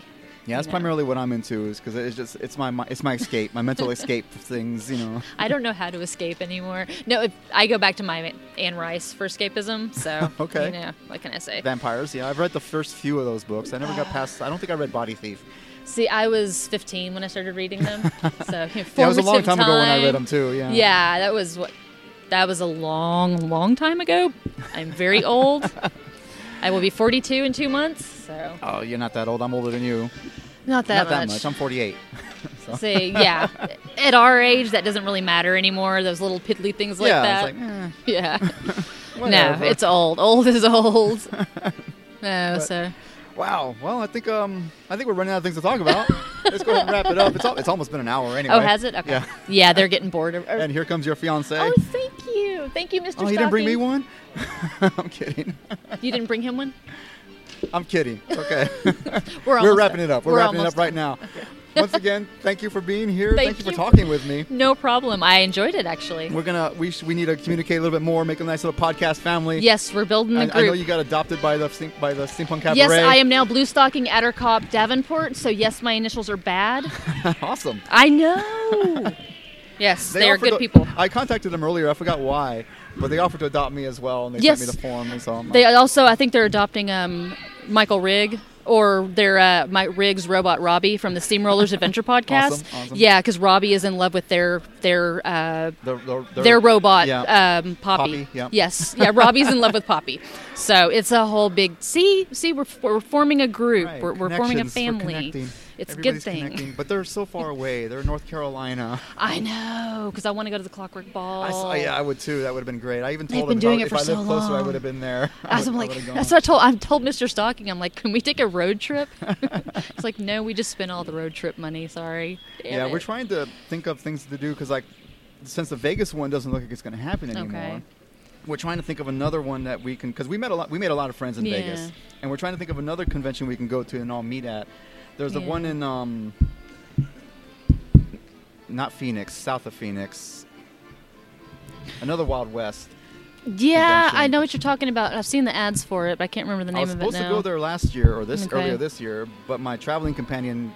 Yeah, that's
No.
primarily what I'm into is because it's just it's my, my it's my escape, my mental escape things. You know,
I don't know how to escape anymore. No, if, I go back to my Anne Rice for escapism. So,
Okay.
you know, what can I say?
vampires. Yeah, I've read the first few of those books. I never got past. I don't think I read Body Thief.
See, I was 15 when I started reading them. So, you know,
Yeah, it was a long
formative
time ago when I read them
time.
too. Yeah.
Yeah, that was what. That was a long, long time ago. I'm very old. I will be 42 in two months, so
Oh, you're not that old. I'm older than you.
not that
not
much.
that much. I'm 48.
So, yeah, at our age, that doesn't really matter anymore. Those little piddly things like
yeah.
that.
I was like, eh,
yeah. no,
whatever.
it's old. Old is old. no, so
Wow. Well, I think um I think we're running out of things to talk about. Let's go ahead and wrap it up. It's, al- it's almost been an hour anyway.
oh, has it? Okay.
Yeah.
they're getting bored. Of,
And here comes your fiance.
oh, thank you, thank you, Mr.
oh you didn't bring me
Stocking.
one? I'm kidding.
You didn't bring him one.
I'm kidding. Okay.
We're,
We're
almost
wrapping
done.
it up. We're, wrapping it
almost
up right now. Once again, thank you for being here.
Thank
you for
you.
talking with me.
done. No problem. I enjoyed it actually.
We're gonna we sh- we need to communicate a little bit more, make a nice little podcast family.
yes, we're building the
I,
group.
I know you got adopted by the steam- by the steampunk cabaret.
Yes, I am now blue stocking at our cop Davenport. So yes, my initials are bad.
awesome.
I know. yes, they,
all
are good
forgot-
people.
I contacted them earlier. I forgot why, but they offered to adopt me as well, and they
Yes.
sent me the form. And so I'm
They
like,
also, I think they're adopting um, Michael Rigg or their uh, my Riggs robot Robbie from the Steamrollers Adventure podcast.
Awesome, awesome.
Yeah, because Robbie is in love with their their uh,
they're, they're- they're-
their robot
Yeah.
um, Poppy.
Poppy, yeah.
Yes, yeah. Robbie's in love with Poppy, so it's a whole big. See, see, we're, we're forming a group.
Right,
We're, we're forming a
connections, we're
family.
connecting.
it's a good
Everybody's
thing.
connecting, But they're so far away. They're in North Carolina.
I know, because I want to go to the Clockwork Ball.
I saw, yeah, I would too. That would have been great. I even
Oh. They've
told them
been doing
if,
it
I,
for
if I lived
so
closer, I
long.
would have been there.
I was,
would-
I'm like,
would've
that's
gone.
what I told. I've told Mr. Stocking. I'm like, can we take a road trip? it's like, no, we just spent all the road trip money. Sorry. Damn
Yeah,
it.
we're trying to think of things to do because like, since the Vegas one doesn't look like it's going to happen anymore.
Okay.
We're trying to think of another one that we can because we met a lot. We made a lot of friends in Vegas,
Yeah.
and we're trying to think of another convention we can go to and all meet at. There's the
Yeah.
one in um, not Phoenix, south of Phoenix. Another Wild West.
Yeah, I
convention.
know what you're talking about. I've seen the ads for it, but I can't remember the name
I was
of it
supposed to
now.
go there last year or this
Okay.
earlier this year, but my traveling companion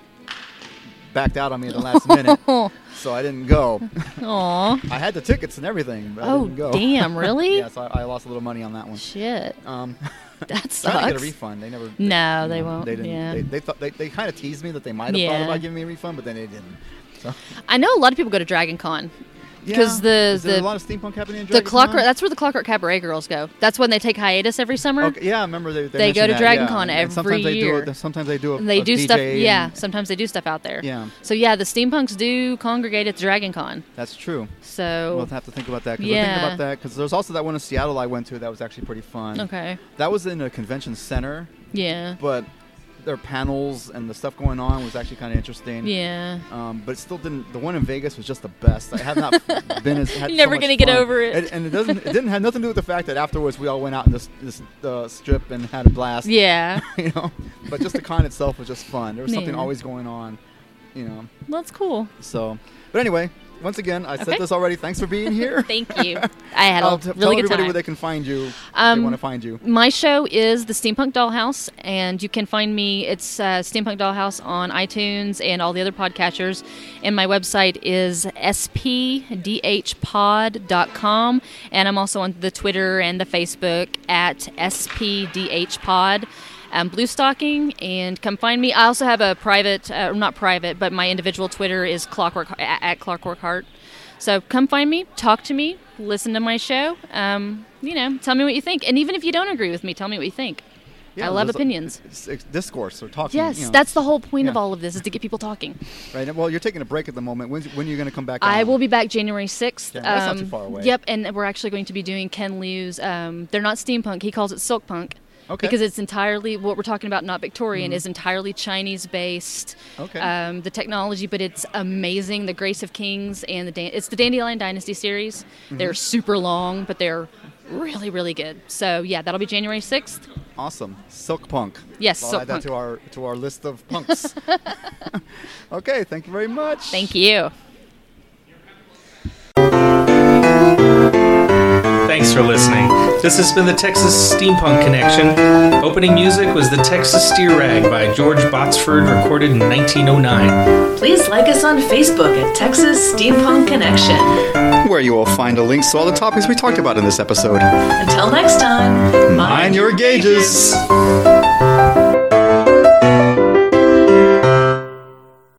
backed out on me at the last minute,
Oh,
so I didn't go.
aw.
I had the tickets and everything, but I
Oh,
didn't go.
damn! Really?
yeah, so I, I lost a little money on that one.
Shit,
Um,
that
trying to get a
sucks.
refund. They never.
No, they won't.
They didn't.
yeah.
They, they thought they, they kind of teased me that they might have thought
Yeah.
about giving me a refund, but then they didn't. So
I know a lot of people go to Dragon Con.
yeah.
'Cause the-
Is there a
the-
lot of steampunk happening. In
The
Dragon
clockwork.
Con?
That's where the clockwork cabaret girls go. That's when they take hiatus every summer.
Okay, yeah, I remember they. They,
They go
mentioned
to
that,
Dragon
yeah.
Con
And
every
sometimes They do,
year.
a- sometimes they do. A,
And they
a
do
DJ
stuff.
and-
Yeah, sometimes they do stuff out there.
Yeah.
So yeah, the steampunks do congregate at the Dragon Con.
that's true.
So
We'll have to think about that. 'cause we're thinking
Oh. Yeah.
about that because there's also that one in Seattle I went to that was actually pretty fun.
okay,
That was in a convention center,
yeah,
but their panels and the stuff going on was actually kind of interesting.
yeah.
Um, but it still didn't. The one in Vegas was just the best. I have not been as. Had
You're never
so
gonna
much
get
fun.
over it.
And, and it doesn't. It didn't have nothing to do with the fact that afterwards we all went out in this this uh, strip and had a blast.
Yeah,
You know, but just the con itself was just fun. There was something
Yeah.
always going on. You know,
that's cool.
so. But anyway, once again, I said
Okay.
this already. Thanks for being here.
Thank you. I had
I'll
a
t- tell
really good
everybody
time.
where they can find you. if they
Um,
want to find you.
My show is the Steampunk Dollhouse, and you can find me. It's uh, Steampunk Dollhouse on iTunes and all the other podcatchers. And my website is spdhpod.com, and I'm also on the Twitter and the Facebook at spdhpod. Um, Blue Stocking, and come find me. I also have a private, uh, not private, but my individual Twitter is Clockwork at, at Clockwork Heart. So come find me, talk to me, listen to my show. Um, you know, tell me what you think. And even if you don't agree with me, tell me what you think.
Yeah,
I love
there's a-
opinions.
it's- it's discourse or talking.
Yes,
you know,
that's the whole point of
yeah.
all of this is to get people talking.
right. Well, you're taking a break at the moment. When's, when are you going to come back?
I
on?
will be back January 6th.
Yeah, that's not too far away.
Yep, and we're actually going to be doing Ken Liu's, um, they're not steampunk, he calls it silk punk.
Okay. Mm-hmm.
Because it's entirely what we're talking about, not Victorian, is entirely Chinese based.
Okay.
Um, the technology, but it's amazing. The Grace of Kings and the Dan- it's the Dandelion Dynasty series.
Mm-hmm.
They're super long, but they're really, really good. So yeah, that'll be January sixth.
Awesome. Silk punk.
Yes,
I'll
silk
add that
punk.
to our to our list of punks. okay, thank you very much.
Thank you.
Thanks for listening. This has been the Texas Steampunk Connection. Opening music was the Texas Steer Rag by George Botsford, recorded in 1909.
Please like us on Facebook at Texas Steampunk Connection.
where you will find the links to all the topics we talked about in this episode.
Until next time,
Mind your gauges.